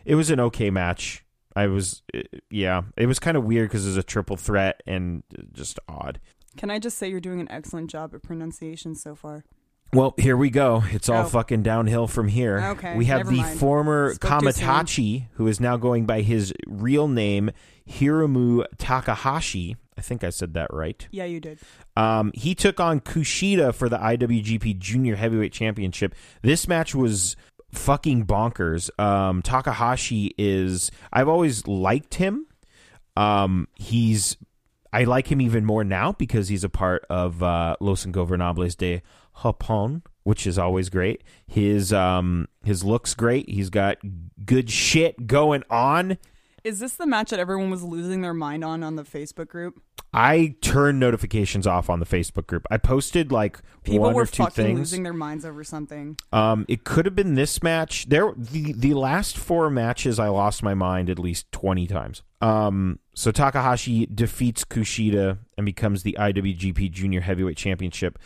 [SPEAKER 2] it was an okay match. I was, uh, yeah, it was kind of weird because it was a triple threat and just odd.
[SPEAKER 3] Can I just say you're doing an excellent job at pronunciation so far?
[SPEAKER 2] Well, here we go. It's all
[SPEAKER 3] Oh.
[SPEAKER 2] fucking downhill from here.
[SPEAKER 3] Okay,
[SPEAKER 2] We have
[SPEAKER 3] never
[SPEAKER 2] the
[SPEAKER 3] mind.
[SPEAKER 2] former
[SPEAKER 3] Spoke too soon.
[SPEAKER 2] Kamatachi, who is now going by his real name, Hiramu Takahashi. I think I said that right.
[SPEAKER 3] Yeah, you did.
[SPEAKER 2] Um, he took on Kushida for the IWGP Junior Heavyweight Championship. This match was fucking bonkers. Um, Takahashi is. I've always liked him. Um, he's. I like him even more now because he's a part of uh, Los Ingobernables de Japón, which is always great. His um, his looks great. He's got good shit going on.
[SPEAKER 3] Is this the match that everyone was losing their mind on on the Facebook group?
[SPEAKER 2] I turned notifications off on the Facebook group. I posted like
[SPEAKER 3] People
[SPEAKER 2] one
[SPEAKER 3] were
[SPEAKER 2] or two
[SPEAKER 3] fucking
[SPEAKER 2] things.
[SPEAKER 3] losing their minds over something.
[SPEAKER 2] Um, it could have been this match. There, the the last four matches, I lost my mind at least twenty times. Um, so Takahashi defeats Kushida and becomes the IWGP Junior Heavyweight Championship.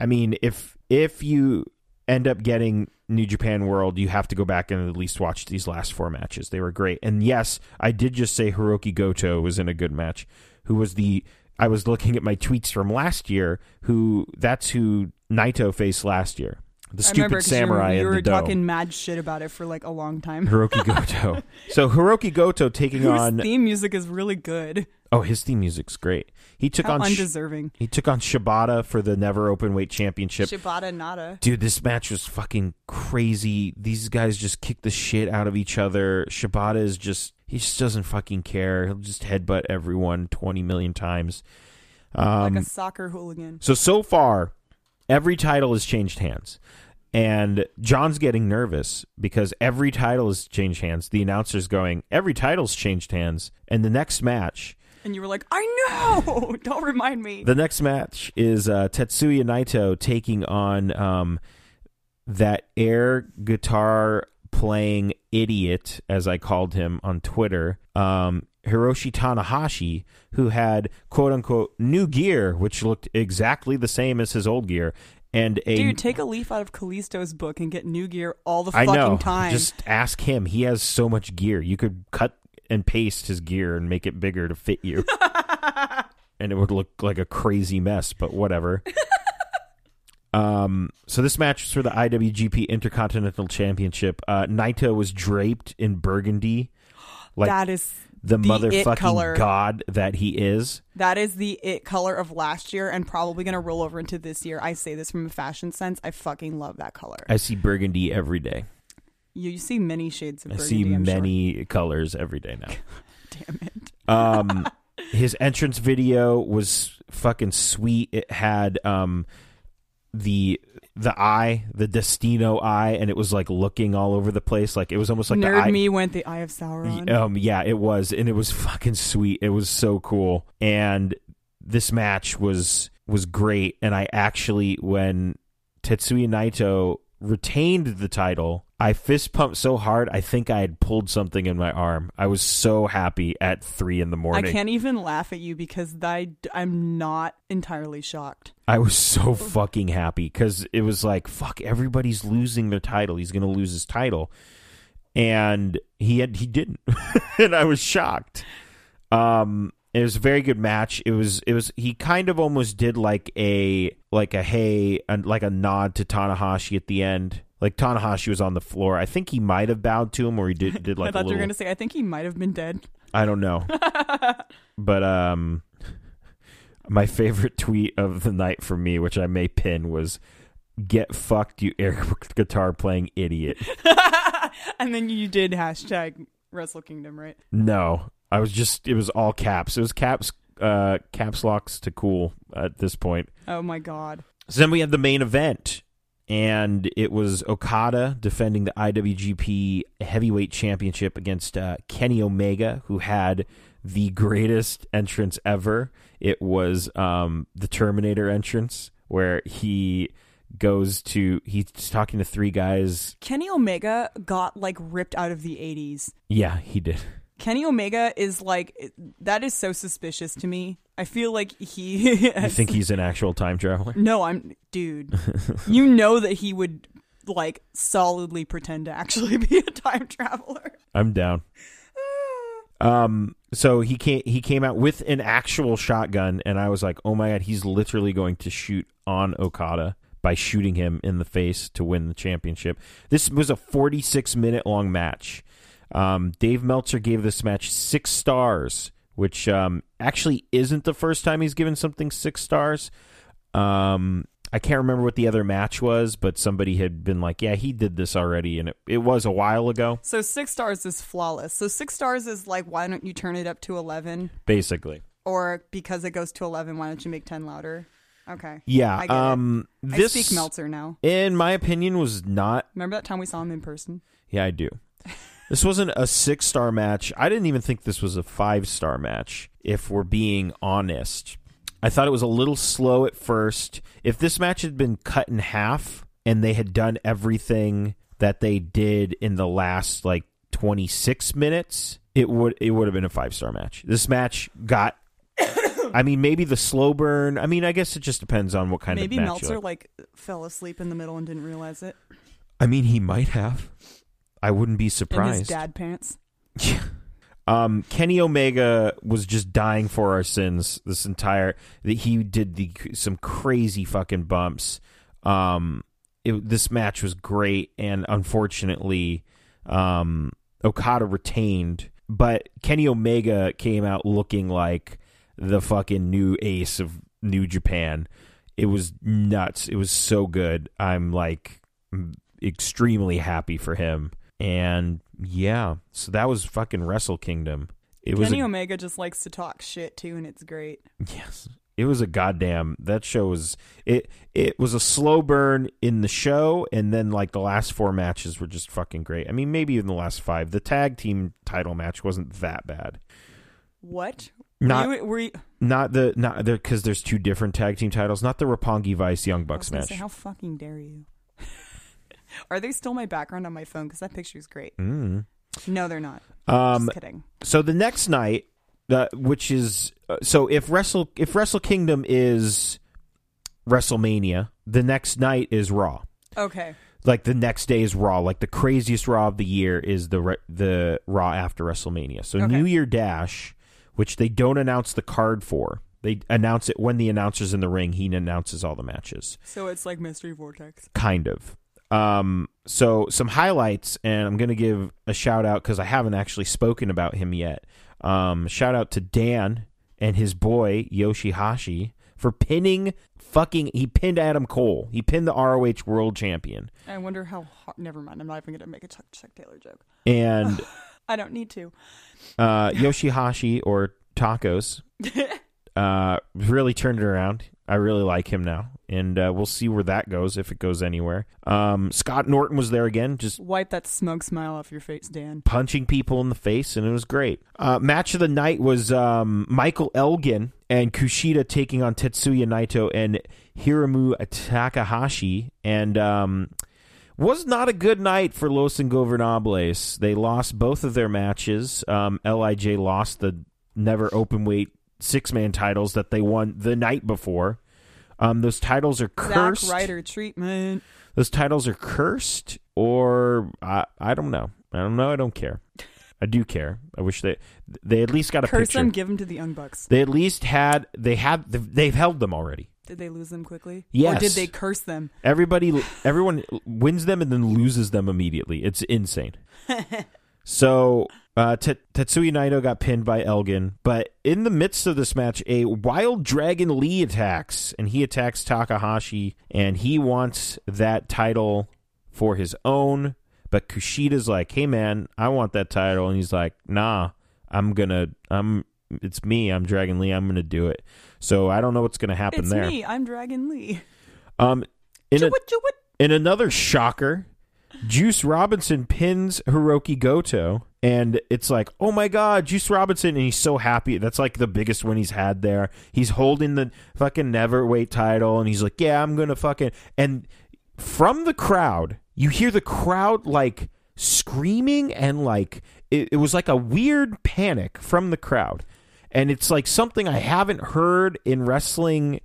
[SPEAKER 2] I mean, if if you end up getting New Japan World, you have to go back and at least watch these last four matches. They were great. And yes, I did just say Hiroki Goto was in a good match, who was the I was looking at my tweets from last year, who that's who Naito faced last year. The
[SPEAKER 3] I remember
[SPEAKER 2] stupid
[SPEAKER 3] 'cause you were-
[SPEAKER 2] samurai
[SPEAKER 3] You,
[SPEAKER 2] in
[SPEAKER 3] were
[SPEAKER 2] the
[SPEAKER 3] talking
[SPEAKER 2] dome.
[SPEAKER 3] mad shit about it for like a long time.
[SPEAKER 2] Hiroki Goto. so Hiroki Goto taking
[SPEAKER 3] Whose
[SPEAKER 2] on
[SPEAKER 3] theme music is really good.
[SPEAKER 2] Oh, his theme music's great. He took
[SPEAKER 3] How
[SPEAKER 2] on Sh-
[SPEAKER 3] undeserving.
[SPEAKER 2] he took on Shibata for the never open weight championship.
[SPEAKER 3] Shibata Nada.
[SPEAKER 2] Dude, this match was fucking crazy. These guys just kick the shit out of each other. Shibata is just he just doesn't fucking care. He'll just headbutt everyone 20 million times. Um,
[SPEAKER 3] like a soccer hooligan.
[SPEAKER 2] So so far, every title has changed hands. And John's getting nervous because every title has changed hands. The announcer's going, every title's changed hands. And the next match,
[SPEAKER 3] And you were like, I know! Don't remind me.
[SPEAKER 2] the next match is uh, Tetsuya Naito taking on um, that air guitar playing idiot, as I called him on Twitter, um, Hiroshi Tanahashi, who had quote unquote new gear, which looked exactly the same as his old gear, and a
[SPEAKER 3] Dude, take a leaf out of Callisto's book and get new gear all the
[SPEAKER 2] I
[SPEAKER 3] fucking
[SPEAKER 2] know.
[SPEAKER 3] time.
[SPEAKER 2] Just ask him. He has so much gear. You could cut and paste his gear and make it bigger to fit you. and it would look like a crazy mess, but whatever. um so this match was for the IWGP Intercontinental Championship. Uh Naito was draped in burgundy like
[SPEAKER 3] that is
[SPEAKER 2] the,
[SPEAKER 3] the it color.
[SPEAKER 2] motherfucking god that he is.
[SPEAKER 3] that is the it color of last year and probably gonna roll over into this year. I say this from a fashion sense. I fucking love that color.
[SPEAKER 2] I see burgundy every day.
[SPEAKER 3] You, you see many shades of
[SPEAKER 2] I
[SPEAKER 3] burgundy.
[SPEAKER 2] see
[SPEAKER 3] I'm sure.
[SPEAKER 2] many colors every day now.
[SPEAKER 3] Damn it.
[SPEAKER 2] Um, his entrance video was fucking sweet. It had um the the eye, the Destino eye, and it was like looking all over the place. Like it was almost like the
[SPEAKER 3] Nerd
[SPEAKER 2] eye.
[SPEAKER 3] me went the Eye of Sauron.
[SPEAKER 2] Um, yeah, it was, and it was fucking sweet. It was so cool, and this match was was great. And I actually, when Tetsuya Naito retained the title, I fist pumped so hard I think I had pulled something in my arm. I was so happy at three in the
[SPEAKER 3] I
[SPEAKER 2] morning.
[SPEAKER 3] can't even laugh at you because I, am not entirely shocked.
[SPEAKER 2] I was so fucking happy because it was like, fuck, everybody's losing their title. He's gonna lose his title, and he had he didn't, and I was shocked. Um, it was a very good match. It was it was he kind of almost did like a like a hey and like a nod to Tanahashi at the end. Like Tanahashi was on the floor. I think he might have bowed to him, or he did did like
[SPEAKER 3] I
[SPEAKER 2] a
[SPEAKER 3] thought
[SPEAKER 2] little.
[SPEAKER 3] you were going to say, I think he might have been dead.
[SPEAKER 2] I don't know. but um my favorite tweet of the night for me, which I may pin, was get fucked you air guitar playing idiot.
[SPEAKER 3] and then you did hashtag Wrestle Kingdom, right?
[SPEAKER 2] No. I was just it was all caps. It was caps uh caps locks to cool at this point.
[SPEAKER 3] Oh my God.
[SPEAKER 2] So then we had the main event, and it was Okada defending the IWGP Heavyweight Championship against uh, Kenny Omega, who had the greatest entrance ever. It was um, the Terminator entrance, where he goes to he's talking to three guys.
[SPEAKER 3] Kenny Omega got like ripped out of the 80s.
[SPEAKER 2] Yeah, he did.
[SPEAKER 3] Kenny Omega is like, that is so suspicious to me. I feel like he.
[SPEAKER 2] I think he's an actual time traveler.
[SPEAKER 3] no, I'm. Dude, you know that he would like solidly pretend to actually be a time traveler.
[SPEAKER 2] I'm down. Um, so he came he came out with an actual shotgun, and I was like, oh my god, he's literally going to shoot on Okada by shooting him in the face to win the championship. This was a 46 minute long match. Um, Dave Meltzer gave this match six stars, which um, actually isn't the first time he's given something six stars. Um, I can't remember what the other match was, but somebody had been like, "Yeah, he did this already," and it, it was a while ago,
[SPEAKER 3] So six stars is flawless. So six stars is like, why don't you turn it up to 11?
[SPEAKER 2] basically.
[SPEAKER 3] Or because it goes to 11, why don't you make 10 louder? Okay.
[SPEAKER 2] Yeah.
[SPEAKER 3] I get it.
[SPEAKER 2] um. This,
[SPEAKER 3] I speak Meltzer now.
[SPEAKER 2] in my opinion, was not.
[SPEAKER 3] Remember that time we saw him in person?
[SPEAKER 2] Yeah, I do. This wasn't a six star match. I didn't even think this was a five star match. If we're being honest, I thought it was a little slow at first. If this match had been cut in half and they had done everything that they did in the last like twenty six minutes, it would it would have been a five star match. This match got. I mean, maybe the slow burn. I mean, I guess it just depends on what kind
[SPEAKER 3] Maybe
[SPEAKER 2] of match. you
[SPEAKER 3] Meltzer
[SPEAKER 2] like.
[SPEAKER 3] like fell asleep in the middle and didn't realize it.
[SPEAKER 2] I mean, he might have. I wouldn't be
[SPEAKER 3] In his
[SPEAKER 2] surprised.
[SPEAKER 3] dad pants.
[SPEAKER 2] Um, Kenny Omega was just dying for our sins. This entire that he did the some crazy fucking bumps. Um, it, this match was great, and unfortunately, um, Okada retained. But Kenny Omega came out looking like the fucking new ace of New Japan. It was nuts. It was so good. I'm like extremely happy for him. And yeah, so that was fucking Wrestle Kingdom. It was
[SPEAKER 3] Kenny
[SPEAKER 2] a,
[SPEAKER 3] Omega just likes to talk shit too, and it's great.
[SPEAKER 2] yes, it was a goddamn that show was it. It was a slow burn in the show, and then like the last four matches were just fucking great. I mean, maybe in the last five, the tag team title match wasn't that bad.
[SPEAKER 3] What?
[SPEAKER 2] Not-
[SPEAKER 3] Were you, were you,
[SPEAKER 2] Not the not the because there's two different tag team titles. Not the Rapongi Vice Young
[SPEAKER 3] I was
[SPEAKER 2] Bucks
[SPEAKER 3] gonna
[SPEAKER 2] match.
[SPEAKER 3] say, how fucking dare you? Are they still my background on my phone? Because that picture's great. No, they're not.
[SPEAKER 2] Mm-hmm. Um,
[SPEAKER 3] Just kidding.
[SPEAKER 2] so the next night, uh, which is uh, so if Wrestle if Wrestle Kingdom is WrestleMania, the next night is Raw.
[SPEAKER 3] Okay.
[SPEAKER 2] Like the next day is Raw. Like the craziest Raw of the year is the re- the Raw after WrestleMania. So
[SPEAKER 3] Okay.
[SPEAKER 2] New Year Dash, which they don't announce the card for. They announce it when the announcer's in the ring. He announces all the matches.
[SPEAKER 3] So it's like Mystery Vortex.
[SPEAKER 2] kind of. Um, so some highlights, and I'm going to give a shout out because I haven't actually spoken about him yet. Um, shout out to Dan and his boy Yoshihashi for pinning fucking. He pinned Adam Cole. He pinned the ROH World Champion,
[SPEAKER 3] I wonder how hard. Never mind. I'm not even going to make a Chuck, Chuck Taylor joke.
[SPEAKER 2] and
[SPEAKER 3] I don't need to.
[SPEAKER 2] uh, Yoshihashi or Tacos uh, really turned it around. I really like him now, and uh, we'll see where that goes if it goes anywhere. Um, Scott Norton was there again, just
[SPEAKER 3] Wipe that smug smile off your face, Dan.
[SPEAKER 2] punching people in the face, and it was great. Uh, match of the night was um, Michael Elgin and Kushida taking on Tetsuya Naito and Hiramu Takahashi, and um, was not a good night for Los Ingobernables. They lost both of their matches. Um, Lij lost the never open weight six man titles that they won the night before. Um, those titles are cursed
[SPEAKER 3] Zack Ryder treatment.
[SPEAKER 2] those titles are cursed or I, I don't know. I don't know. I don't care. I do care. I wish they they at least got a
[SPEAKER 3] Curse
[SPEAKER 2] picture.
[SPEAKER 3] them, give them to the Young Bucks.
[SPEAKER 2] They at least had they had they've held them already.
[SPEAKER 3] Did they lose them quickly? Or
[SPEAKER 2] Yes.
[SPEAKER 3] did they curse them?
[SPEAKER 2] Everybody everyone wins them and then loses them immediately. It's insane. so uh, T- Tetsuya Naito got pinned by Elgin, but in the midst of this match, a Wild Dragon Lee attacks, and he attacks Takahashi, and he wants that title for his own. But Kushida's like, "Hey man, I want that title," and he's like, "Nah, I'm gonna, I'm, it's me, I'm Dragon Lee, I'm gonna do it." So I don't know what's gonna happen
[SPEAKER 3] It's
[SPEAKER 2] there.
[SPEAKER 3] me. I'm Dragon Lee.
[SPEAKER 2] Um, in a,
[SPEAKER 3] Chewit, chewit.
[SPEAKER 2] in another shocker, Juice Robinson pins Hiroki Goto, and it's like, oh my god, Juice Robinson, and he's so happy. That's like the biggest win he's had there. He's holding the fucking neverweight title, and he's like, yeah, I'm gonna fucking. And from the crowd, you hear the crowd like screaming and like it, it was like a weird panic from the crowd, and it's like something I haven't heard in wrestling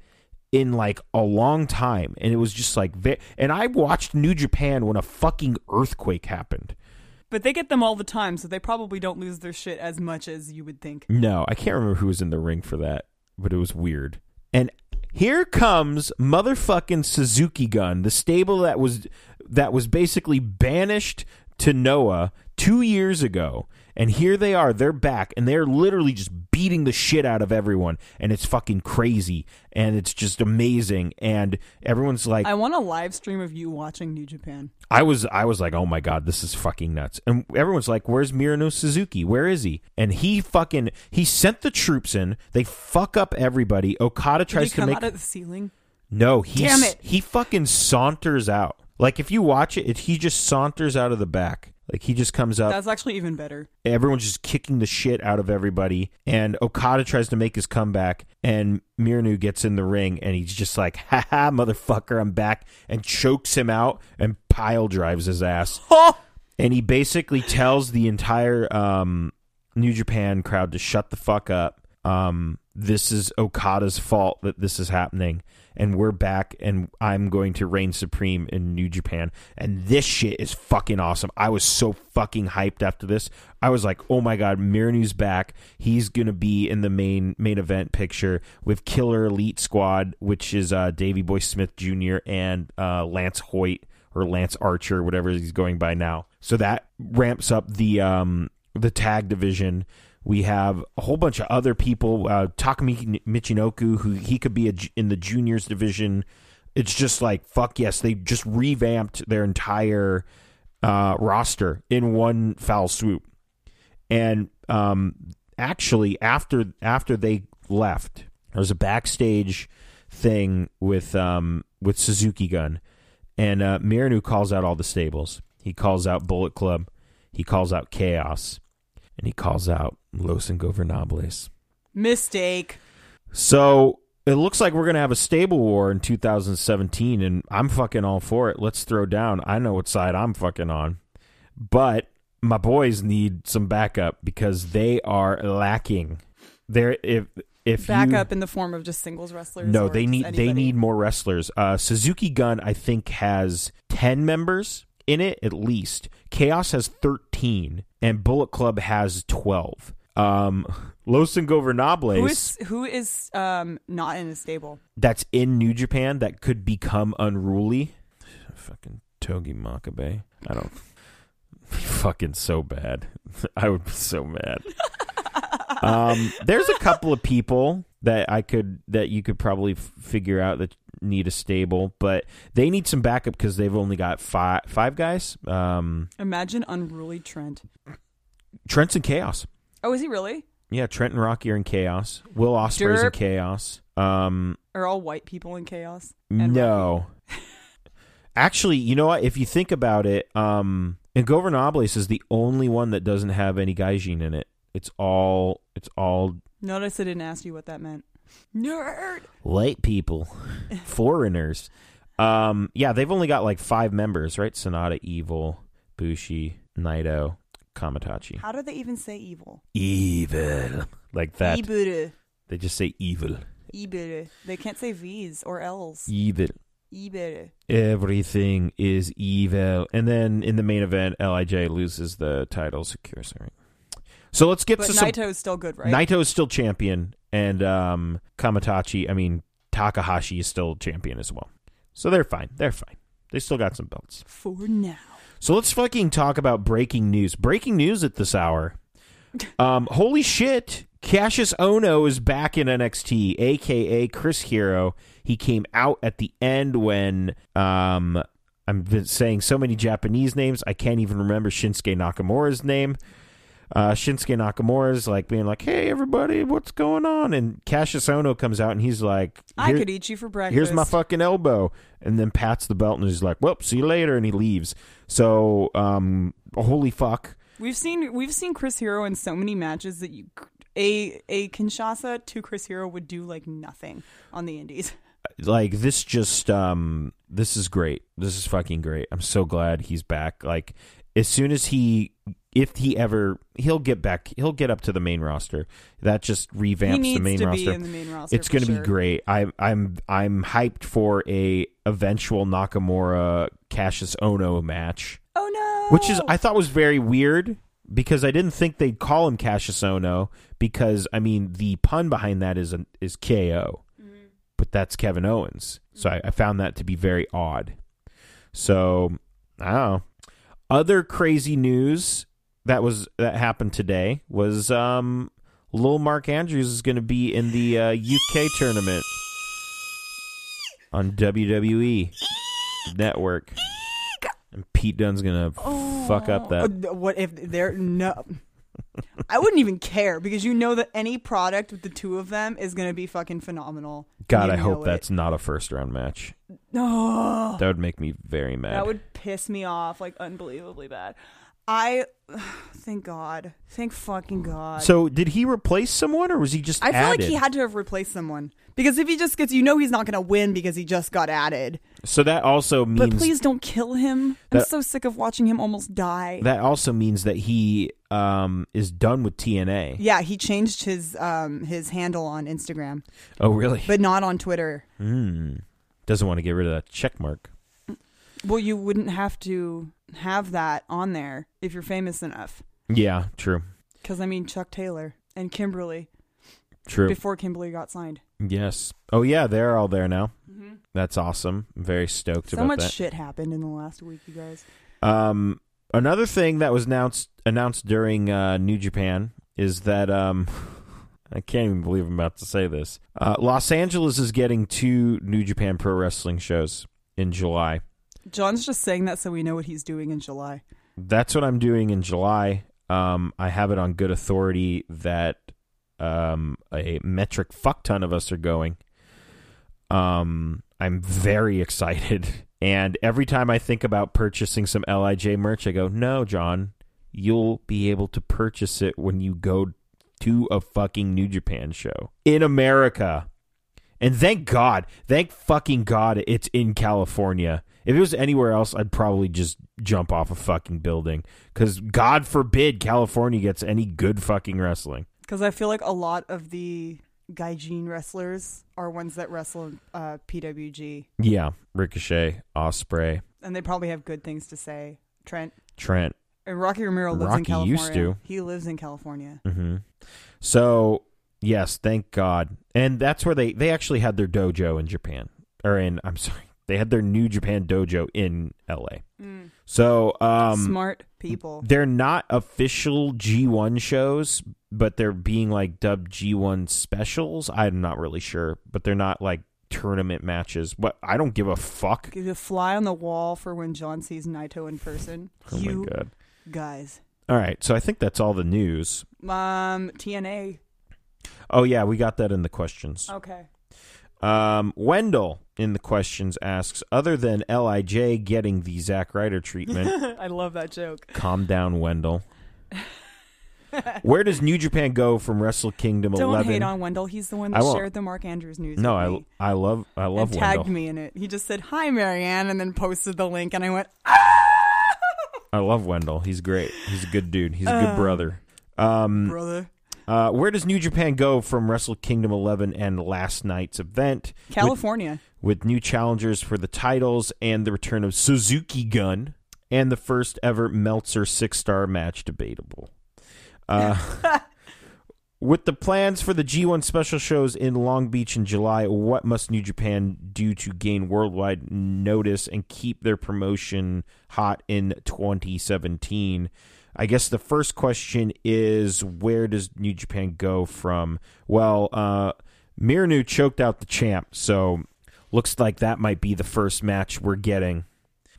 [SPEAKER 2] in like a long time and it was just like ve- and i watched new japan when a fucking earthquake happened
[SPEAKER 3] But they get them all the time, so they probably don't lose their shit as much as you would think.
[SPEAKER 2] no i can't remember who was in the ring for that but it was weird and here comes motherfucking suzuki gun the stable that was that was basically banished to noah two years ago and here they are they're back and they're literally just beating the shit out of everyone and it's fucking crazy and it's just amazing and everyone's like
[SPEAKER 3] I want a live stream of you watching New Japan.
[SPEAKER 2] I was I was like, oh my god, this is fucking nuts. And everyone's like, where's Mirano Suzuki? Where is he? And he fucking he sent the troops in. They fuck up everybody. Okada
[SPEAKER 3] Did he
[SPEAKER 2] tries to
[SPEAKER 3] come
[SPEAKER 2] make
[SPEAKER 3] out of the ceiling?
[SPEAKER 2] no. He
[SPEAKER 3] Damn
[SPEAKER 2] s-
[SPEAKER 3] it.
[SPEAKER 2] he fucking saunters out. Like if you watch it, it, he just saunters out of the back. Like he just comes up.
[SPEAKER 3] That's actually even better.
[SPEAKER 2] Everyone's just kicking the shit out of everybody. And Okada tries to make his comeback. And Miranu gets in the ring and he's just like, ha ha, motherfucker, I'm back. And chokes him out and pile drives his ass
[SPEAKER 3] Oh,
[SPEAKER 2] and he basically tells the entire um, New Japan crowd to shut the fuck up. Um, this is Okada's fault that this is happening, and we're back, and I'm going to reign supreme in New Japan. And this shit is fucking awesome. I was so fucking hyped after this. I was like, oh my god, Miranu's back. He's gonna be in the main main event picture with Killer Elite Squad, which is uh, Davy Boy Smith Jr. and uh, Lance Hoyt or Lance Archer, whatever he's going by now. So that ramps up the um, the tag division. We have a whole bunch of other people. Uh, Takumi Michinoku, who he could be a ju- in the juniors division. It's just like fuck yes, they just revamped their entire uh, roster in one foul swoop. And um, actually, after after they left, there was a backstage thing with um, with Suzuki Gun, and uh, Miranu calls out all the stables. He calls out Bullet Club, he calls out Chaos, and he calls out Los Ingobernables.
[SPEAKER 3] mistake.
[SPEAKER 2] So it looks like we're going to have a stable war in 2017, and I'm fucking all for it. Let's throw down. I know what side I'm fucking on. But my boys need some backup because they are lacking. They're, if, if you,
[SPEAKER 3] Backup in the form of just singles wrestlers.
[SPEAKER 2] No,
[SPEAKER 3] or
[SPEAKER 2] they
[SPEAKER 3] just
[SPEAKER 2] need they
[SPEAKER 3] anybody.
[SPEAKER 2] need more wrestlers. Uh, Suzuki Gun, I think, has ten members in it at least. Chaos has thirteen, and Bullet Club has twelve. Um, Los Ingobernables,
[SPEAKER 3] Who is who is um not in a stable?
[SPEAKER 2] that's in New Japan, that could become unruly. Fucking Togi Makabe. I don't. Fucking so bad. I would be so mad. um, there's a couple of people that I could that you could probably f- figure out that need a stable, but they need some backup because they've only got five five guys. Um,
[SPEAKER 3] Imagine unruly Trent.
[SPEAKER 2] Trent's in chaos.
[SPEAKER 3] Oh, is he really?
[SPEAKER 2] Yeah, Trent and Rocky are in chaos. Will Ospreay's in
[SPEAKER 3] Derp.
[SPEAKER 2] chaos. Um,
[SPEAKER 3] Are all white people in chaos? And
[SPEAKER 2] no. Actually, you know what? If you think about it, um, and Governables is the only one that doesn't have any gaijin in it. It's all it's all
[SPEAKER 3] Notice I didn't ask you what that meant. Nerd.
[SPEAKER 2] white people, foreigners. Um, yeah, they've only got like five members, right? Sonata, Evil, Bushi, Naito, Kamatachi,
[SPEAKER 3] How do they even say evil?
[SPEAKER 2] Evil, like that.
[SPEAKER 3] Iburu.
[SPEAKER 2] They just say evil,
[SPEAKER 3] Iburu. They can't say V's or L's.
[SPEAKER 2] evil.
[SPEAKER 3] Iburu.
[SPEAKER 2] Everything is evil. And then in the main event, Lij loses the title, secures it. So let's get
[SPEAKER 3] But
[SPEAKER 2] to some.
[SPEAKER 3] Naito is still good, right?
[SPEAKER 2] Naito is still champion, and um, Kamatachi, I mean Takahashi, is still champion as well. So they're fine. They're fine. They still got some belts.
[SPEAKER 3] For now.
[SPEAKER 2] So let's fucking talk about breaking news. Breaking news at this hour. Um, holy shit! Cassius Ono is back in NXT, aka Chris Hero. He came out at the end when um, I'm been saying so many Japanese names, I can't even remember Shinsuke Nakamura's name. Uh, Shinsuke Nakamura's like being like, "Hey everybody, what's going on?" And Cassius Ono comes out and he's like,
[SPEAKER 3] I
[SPEAKER 2] "Here-
[SPEAKER 3] could eat you for breakfast.
[SPEAKER 2] Here's my fucking elbow. And then pats the belt and is like, well, see you later. And he leaves. So, um, holy fuck.
[SPEAKER 3] We've seen we've seen Chris Hero in so many matches that you a a Kinshasa to Chris Hero would do like nothing on the Indies.
[SPEAKER 2] Like, this just, um, this is great. This is fucking great. I'm so glad he's back. Like, as soon as he, if he ever, he'll get back, he'll get up to the main roster. That just revamps
[SPEAKER 3] he
[SPEAKER 2] the
[SPEAKER 3] needs
[SPEAKER 2] main
[SPEAKER 3] to
[SPEAKER 2] roster.
[SPEAKER 3] be in the main roster.
[SPEAKER 2] It's
[SPEAKER 3] for
[SPEAKER 2] going to
[SPEAKER 3] sure.
[SPEAKER 2] be great. I, I'm I'm hyped for a eventual Nakamura Cassius Ono match.
[SPEAKER 3] Oh no!
[SPEAKER 2] which is I thought was very weird because I didn't think they'd call him Cassius Ono because I mean the pun behind that is an, is KO, but that's Kevin Owens, so I, I found that to be very odd. So I don't know. Other crazy news that was that happened today was um, Lil Mark Andrews is going to be in the uh, UK tournament on WWE Network. And Pete Dunne's gonna fuck up
[SPEAKER 3] Uh,
[SPEAKER 2] that.
[SPEAKER 3] th- what if they're no? I wouldn't even care because you know that any product with the two of them is going to be fucking phenomenal.
[SPEAKER 2] God,
[SPEAKER 3] You
[SPEAKER 2] I
[SPEAKER 3] know
[SPEAKER 2] hope
[SPEAKER 3] it.
[SPEAKER 2] that's not a first round match.
[SPEAKER 3] no.
[SPEAKER 2] That would make me very mad.
[SPEAKER 3] That would piss me off like unbelievably bad. I thank God, thank fucking God.
[SPEAKER 2] so, did he replace someone, or was he just?
[SPEAKER 3] I feel
[SPEAKER 2] added?
[SPEAKER 3] like he had to have replaced someone because if he just gets, you know, he's not going to win because he just got added.
[SPEAKER 2] So that also means.
[SPEAKER 3] But please don't kill him. I'm
[SPEAKER 2] That-
[SPEAKER 3] so sick of watching him almost die.
[SPEAKER 2] That also means that he um, is done with TNA.
[SPEAKER 3] yeah, he changed his um his handle on Instagram,
[SPEAKER 2] Oh, really? Hmm.
[SPEAKER 3] but not on Twitter.
[SPEAKER 2] Doesn't want to get rid of that check mark.
[SPEAKER 3] Well, you wouldn't have to have that on there if you're famous enough.
[SPEAKER 2] Yeah, true,
[SPEAKER 3] Because I mean, Chuck Taylor and Kimberly
[SPEAKER 2] true.
[SPEAKER 3] before Kimberly got signed.
[SPEAKER 2] yes. Oh, yeah, they're all there now. That's awesome. I'm very stoked
[SPEAKER 3] Mm-hmm. So
[SPEAKER 2] about
[SPEAKER 3] much
[SPEAKER 2] that.
[SPEAKER 3] shit happened in the last week, you guys.
[SPEAKER 2] Um, another thing that was announced announced during uh, New Japan is that um, I can't even believe I'm about to say this. Uh, Los Angeles is getting two New Japan Pro Wrestling shows in July.
[SPEAKER 3] John's just saying that so we know what he's doing in July.
[SPEAKER 2] That's what I'm doing in July. Um, I have it on good authority that um, a metric fuck ton of us are going. Um, I'm very excited. And every time I think about purchasing some Lij merch, I go, no, John, you'll be able to purchase it when you go to a fucking New Japan show in America. And thank God, thank fucking God, it's in California. If it was anywhere else, I'd probably just jump off a fucking building. Because God forbid California gets any good fucking wrestling.
[SPEAKER 3] Because I feel like a lot of the Gaijin wrestlers are ones that wrestle in, uh, PWG,
[SPEAKER 2] Yeah, Ricochet, Osprey,
[SPEAKER 3] and they probably have good things to say. Trent
[SPEAKER 2] Trent.
[SPEAKER 3] and Rocky Romero lives in
[SPEAKER 2] Rocky
[SPEAKER 3] California.
[SPEAKER 2] used
[SPEAKER 3] He lives in California.
[SPEAKER 2] hmm So yes, thank God. And that's where they they actually had their dojo in Japan, or in I'm sorry, they had their New Japan dojo in L.A. So um,
[SPEAKER 3] Smart people.
[SPEAKER 2] they're not official G1 shows, but they're being like dubbed G1 specials. I'm not really sure, but they're not like tournament matches. What I don't give a fuck.
[SPEAKER 3] Give you a fly on the wall for when John sees Naito in person.
[SPEAKER 2] Oh
[SPEAKER 3] you
[SPEAKER 2] my god.
[SPEAKER 3] guys.
[SPEAKER 2] All right, so I think that's all the news.
[SPEAKER 3] Um, TNA.
[SPEAKER 2] Oh yeah, we got that in the questions.
[SPEAKER 3] Okay.
[SPEAKER 2] Um, Wendell in the questions asks, other than Lij getting the Zack Ryder treatment,
[SPEAKER 3] I love that joke.
[SPEAKER 2] calm down, Wendell. Where does New Japan go from Wrestle Kingdom
[SPEAKER 3] Don't
[SPEAKER 2] 11?
[SPEAKER 3] hate on Wendell. He's the one
[SPEAKER 2] I
[SPEAKER 3] that
[SPEAKER 2] won't.
[SPEAKER 3] shared the Mark Andrews news.
[SPEAKER 2] no,
[SPEAKER 3] with me.
[SPEAKER 2] I I love I love
[SPEAKER 3] and tagged
[SPEAKER 2] Wendell.
[SPEAKER 3] me in it. He just said hi, Marianne, and then posted the link, and I went, "Ah,
[SPEAKER 2] I love Wendell. He's great. He's a good dude. He's a good brother. Mm.
[SPEAKER 3] brother.
[SPEAKER 2] Uh, where does New Japan go from Wrestle Kingdom 11 and last night's event? with-
[SPEAKER 3] California.
[SPEAKER 2] With, new challengers for the titles and the return of Suzuki Gun and the first ever Meltzer six star match debatable. Uh, with the plans for the G1 special shows in Long Beach in July, what must New Japan do to gain worldwide notice and keep their promotion hot in 2017? I guess the first question is where does New Japan go from? Well, uh, Miranu choked out the champ, so looks like that might be the first match we're getting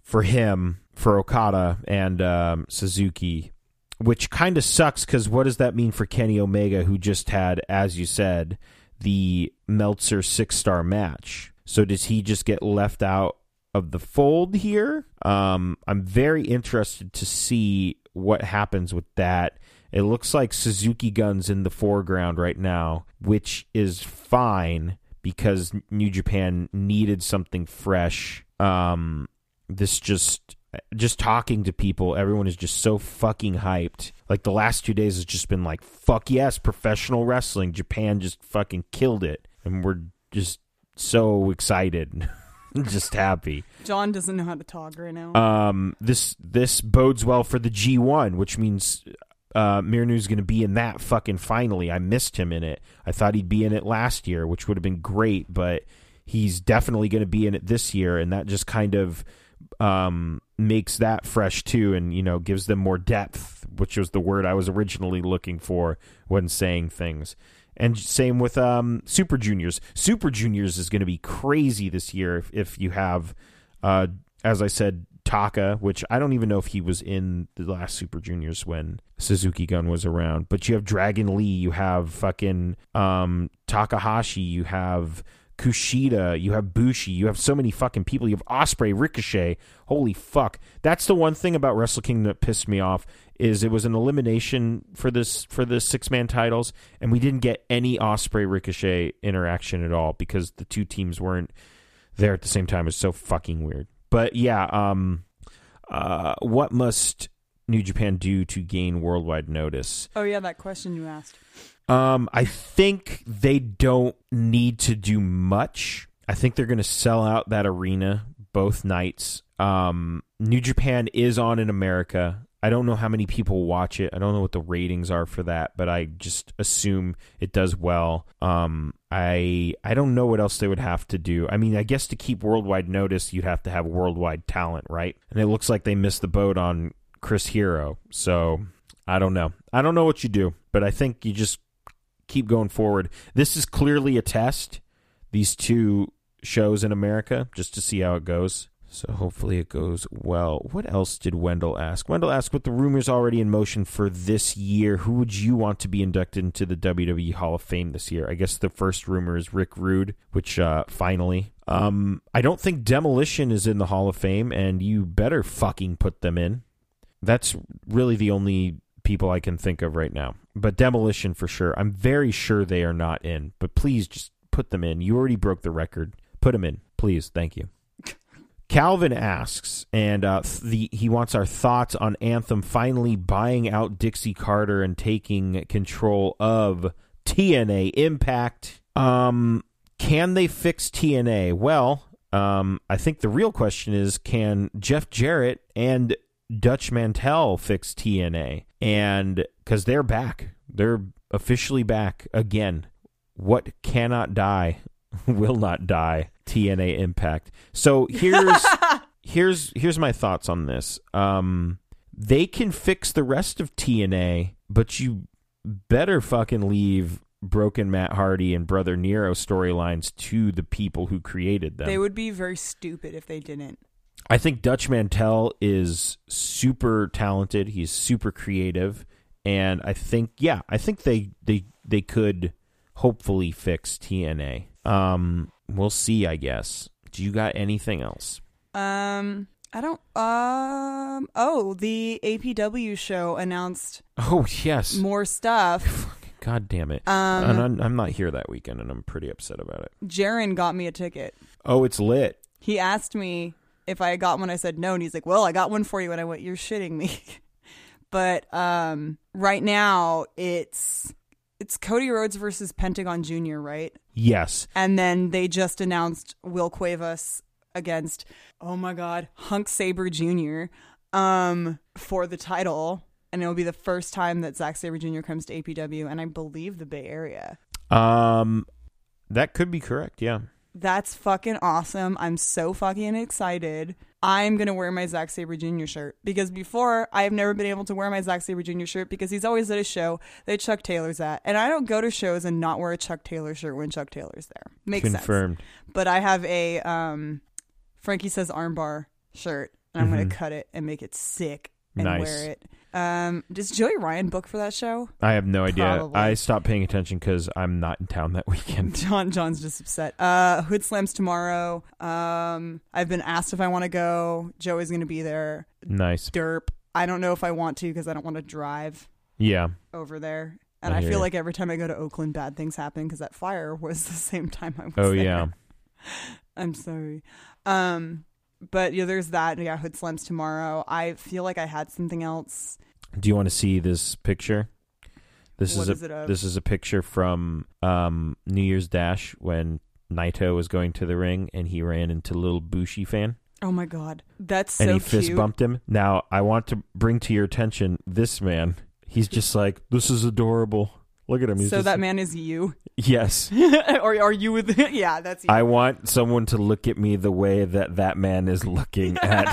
[SPEAKER 2] for him, for Okada and um, Suzuki, which kind of sucks because what does that mean for Kenny Omega, who just had, as you said, the Meltzer six star match? So does he just get left out of the fold here? Um, I'm very interested to see what happens with that. It looks like Suzuki Guns in the foreground right now, which is fine because New Japan needed something fresh. Um, this just just talking to people everyone is just so fucking hyped like the last two days has just been like fuck yes professional wrestling japan just fucking killed it and we're just so excited just happy
[SPEAKER 3] John doesn't know how to talk right now.
[SPEAKER 2] um this this bodes well for the g1 which means uh mirnu's gonna be in that fucking finally i missed him in it i thought he'd be in it last year which would have been great but he's definitely gonna be in it this year and that just kind of um, makes that fresh too, and you know gives them more depth, which was the word I was originally looking for when saying things. And same with um, Super Juniors. Super Juniors is going to be crazy this year if, if you have, uh, as I said, Taka, which I don't even know if he was in the last Super Juniors when Suzuki Gun was around. But you have Dragon Lee, you have fucking um, Takahashi, you have Kushida, you have Bushi, you have so many fucking people. You have Osprey, Ricochet. Holy fuck! That's the one thing about Wrestle Kingdom that pissed me off is it was an elimination for this for the six man titles, and we didn't get any Osprey Ricochet interaction at all because the two teams weren't there at the same time. It was so fucking weird. But yeah, um, uh, what must New Japan do to gain worldwide notice?
[SPEAKER 3] oh yeah, that question you asked.
[SPEAKER 2] Um, I think they don't need to do much. I think they're going to sell out that arena both nights. Um, New Japan is on in America. I don't know how many people watch it. I don't know what the ratings are for that, but I just assume it does well. Um, I I don't know what else they would have to do. I mean, I guess to keep worldwide notice, you'd have to have worldwide talent, right? And it looks like they missed the boat on Chris Hero. So I don't know. I don't know what you do, but I think you just keep going forward. This is clearly a test. These two shows in America, just to see how it goes. So hopefully it goes well. What else did Wendell ask? Wendell asked, with the rumors already in motion for this year, who would you want to be inducted into the WWE Hall of Fame this year? I guess the first rumor is Rick Rude, which uh, finally. Um, I don't think Demolition is in the Hall of Fame, and you better fucking put them in that's really the only people I can think of right now. But Demolition for sure. I'm very sure they are not in, but please just put them in. You already broke the record. Put them in, please. Thank you. Calvin asks, and uh, th- the he wants our thoughts on Anthem finally buying out Dixie Carter and taking control of TNA Impact. Um, can they fix TNA? Well, um, I think the real question is, can Jeff Jarrett and Dutch Mantel fix TNA? And because they're back, they're officially back again. What cannot die will not die TNA Impact. So here's here's here's my thoughts on this. Um, they can fix the rest of TNA, but you better fucking leave broken Matt Hardy and Brother Nero storylines to the people who created them.
[SPEAKER 3] They would be very stupid if they didn't.
[SPEAKER 2] I think Dutch Mantel is super talented. He's super creative, and I think yeah, I think they they they could hopefully fix TNA. Um, we'll see. I guess. Do you got anything else?
[SPEAKER 3] Um, I don't. Um, oh, the APW show announced
[SPEAKER 2] Oh yes.
[SPEAKER 3] more Um, stuff.
[SPEAKER 2] God damn it. and I'm, I'm not here that weekend, and I'm pretty upset about it.
[SPEAKER 3] Jaren got me a ticket.
[SPEAKER 2] Oh, it's lit.
[SPEAKER 3] He asked me if I got one. I said no, and he's like, "Well, I got one for you." And I went, "You're shitting me." but um, right now it's it's Cody Rhodes versus Pentagon Jr. Right?
[SPEAKER 2] Yes.
[SPEAKER 3] And then they just announced Will Cuevas against, oh my God, Hunk Saber Jr. Um, for the title. And it'll be the first time that Zack Saber Jr. comes to APW, and I believe the Bay Area.
[SPEAKER 2] Um, that could be correct. Yeah.
[SPEAKER 3] That's fucking awesome. I'm so fucking excited. I'm gonna wear my Zack Saber Jr. shirt because before I have never been able to wear my Zack Saber Jr. shirt because he's always at a show that Chuck Taylor's at, and I don't go to shows and not wear a Chuck Taylor shirt when Chuck Taylor's there. Makes sense.
[SPEAKER 2] Confirmed.
[SPEAKER 3] but I have a um, Frankie says armbar shirt, and I'm gonna cut it and make it sick and
[SPEAKER 2] Mm-hmm. Nice.
[SPEAKER 3] wear it. Um, does Joey Ryan book for that show?
[SPEAKER 2] I have no idea.
[SPEAKER 3] Probably.
[SPEAKER 2] I stopped paying attention because I'm not in town that weekend.
[SPEAKER 3] John John's just upset. Uh, Hood slams tomorrow. Um, I've been asked if I want to go. Joey's gonna be there.
[SPEAKER 2] nice.
[SPEAKER 3] Derp. I don't know if I want to because I don't want to drive
[SPEAKER 2] Yeah.
[SPEAKER 3] over there. And
[SPEAKER 2] I
[SPEAKER 3] I,
[SPEAKER 2] hear
[SPEAKER 3] feel
[SPEAKER 2] you.
[SPEAKER 3] like every time I go to Oakland, bad things happen because that fire was the same time I was.
[SPEAKER 2] Oh
[SPEAKER 3] there.
[SPEAKER 2] yeah.
[SPEAKER 3] I'm sorry. Um, but yeah, there's that. Yeah, Hood Slams tomorrow. I feel like I had something else.
[SPEAKER 2] Do you want to see this picture? This
[SPEAKER 3] What
[SPEAKER 2] is a
[SPEAKER 3] is it of?
[SPEAKER 2] this is a picture from um, New Year's Dash when Naito was going to the ring and he ran into little Bushi fan.
[SPEAKER 3] Oh my god, that's so
[SPEAKER 2] and he
[SPEAKER 3] cute.
[SPEAKER 2] fist bumped him. Now I want to bring to your attention this man. He's just like this is adorable. Look at him. He's
[SPEAKER 3] so
[SPEAKER 2] just-
[SPEAKER 3] that man is you,
[SPEAKER 2] yes.
[SPEAKER 3] or are you with? yeah, that's you.
[SPEAKER 2] I want someone to look at me the way that that man is looking at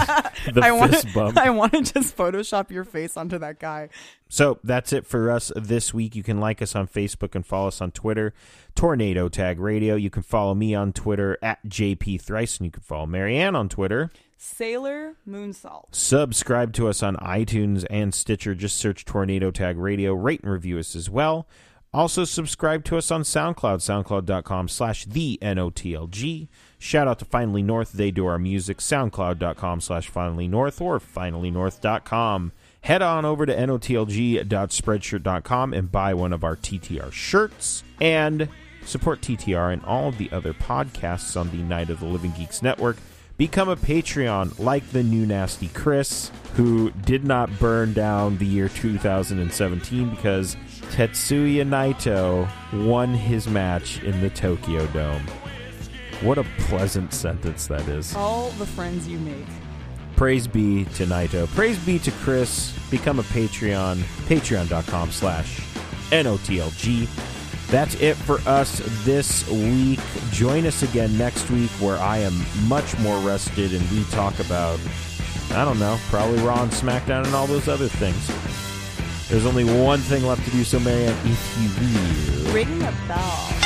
[SPEAKER 2] the
[SPEAKER 3] I want.
[SPEAKER 2] fist bump.
[SPEAKER 3] I want to just Photoshop your face onto that guy.
[SPEAKER 2] So that's it for us this week. You can like us on Facebook and follow us on Twitter, Tornado Tag Radio. You can follow me on Twitter at JP Thrice, and you can follow Marianne on Twitter.
[SPEAKER 3] Sailor Moonsault.
[SPEAKER 2] Subscribe to us on iTunes and Stitcher. Just search Tornado Tag Radio. Rate and review us as well. Also, subscribe to us on SoundCloud, soundcloud.com slash the N-O-T-L-G. Shout out to Finally North. They do our music, soundcloud.com slash Finally North or finallynorth.com. Head on over to notlg.spreadshirt.com and buy one of our TTR shirts. And support TTR and all the other podcasts on the Night of the Living Geeks Network. Become a Patreon like the new Nasty Chris, who did not burn down the year 2017 because Tetsuya Naito won his match in the Tokyo Dome. What a pleasant sentence that is.
[SPEAKER 3] All the friends you make.
[SPEAKER 2] Praise be to Naito. Praise be to Chris. Become a Patreon. Patreon.com slash N-O-T-L-G. That's it for us this week. Join us again next week where I am much more rested and we talk about, I don't know, probably Raw and SmackDown and all those other things. There's only one thing left to do, so Marianne, if you will.
[SPEAKER 3] Ring a bell.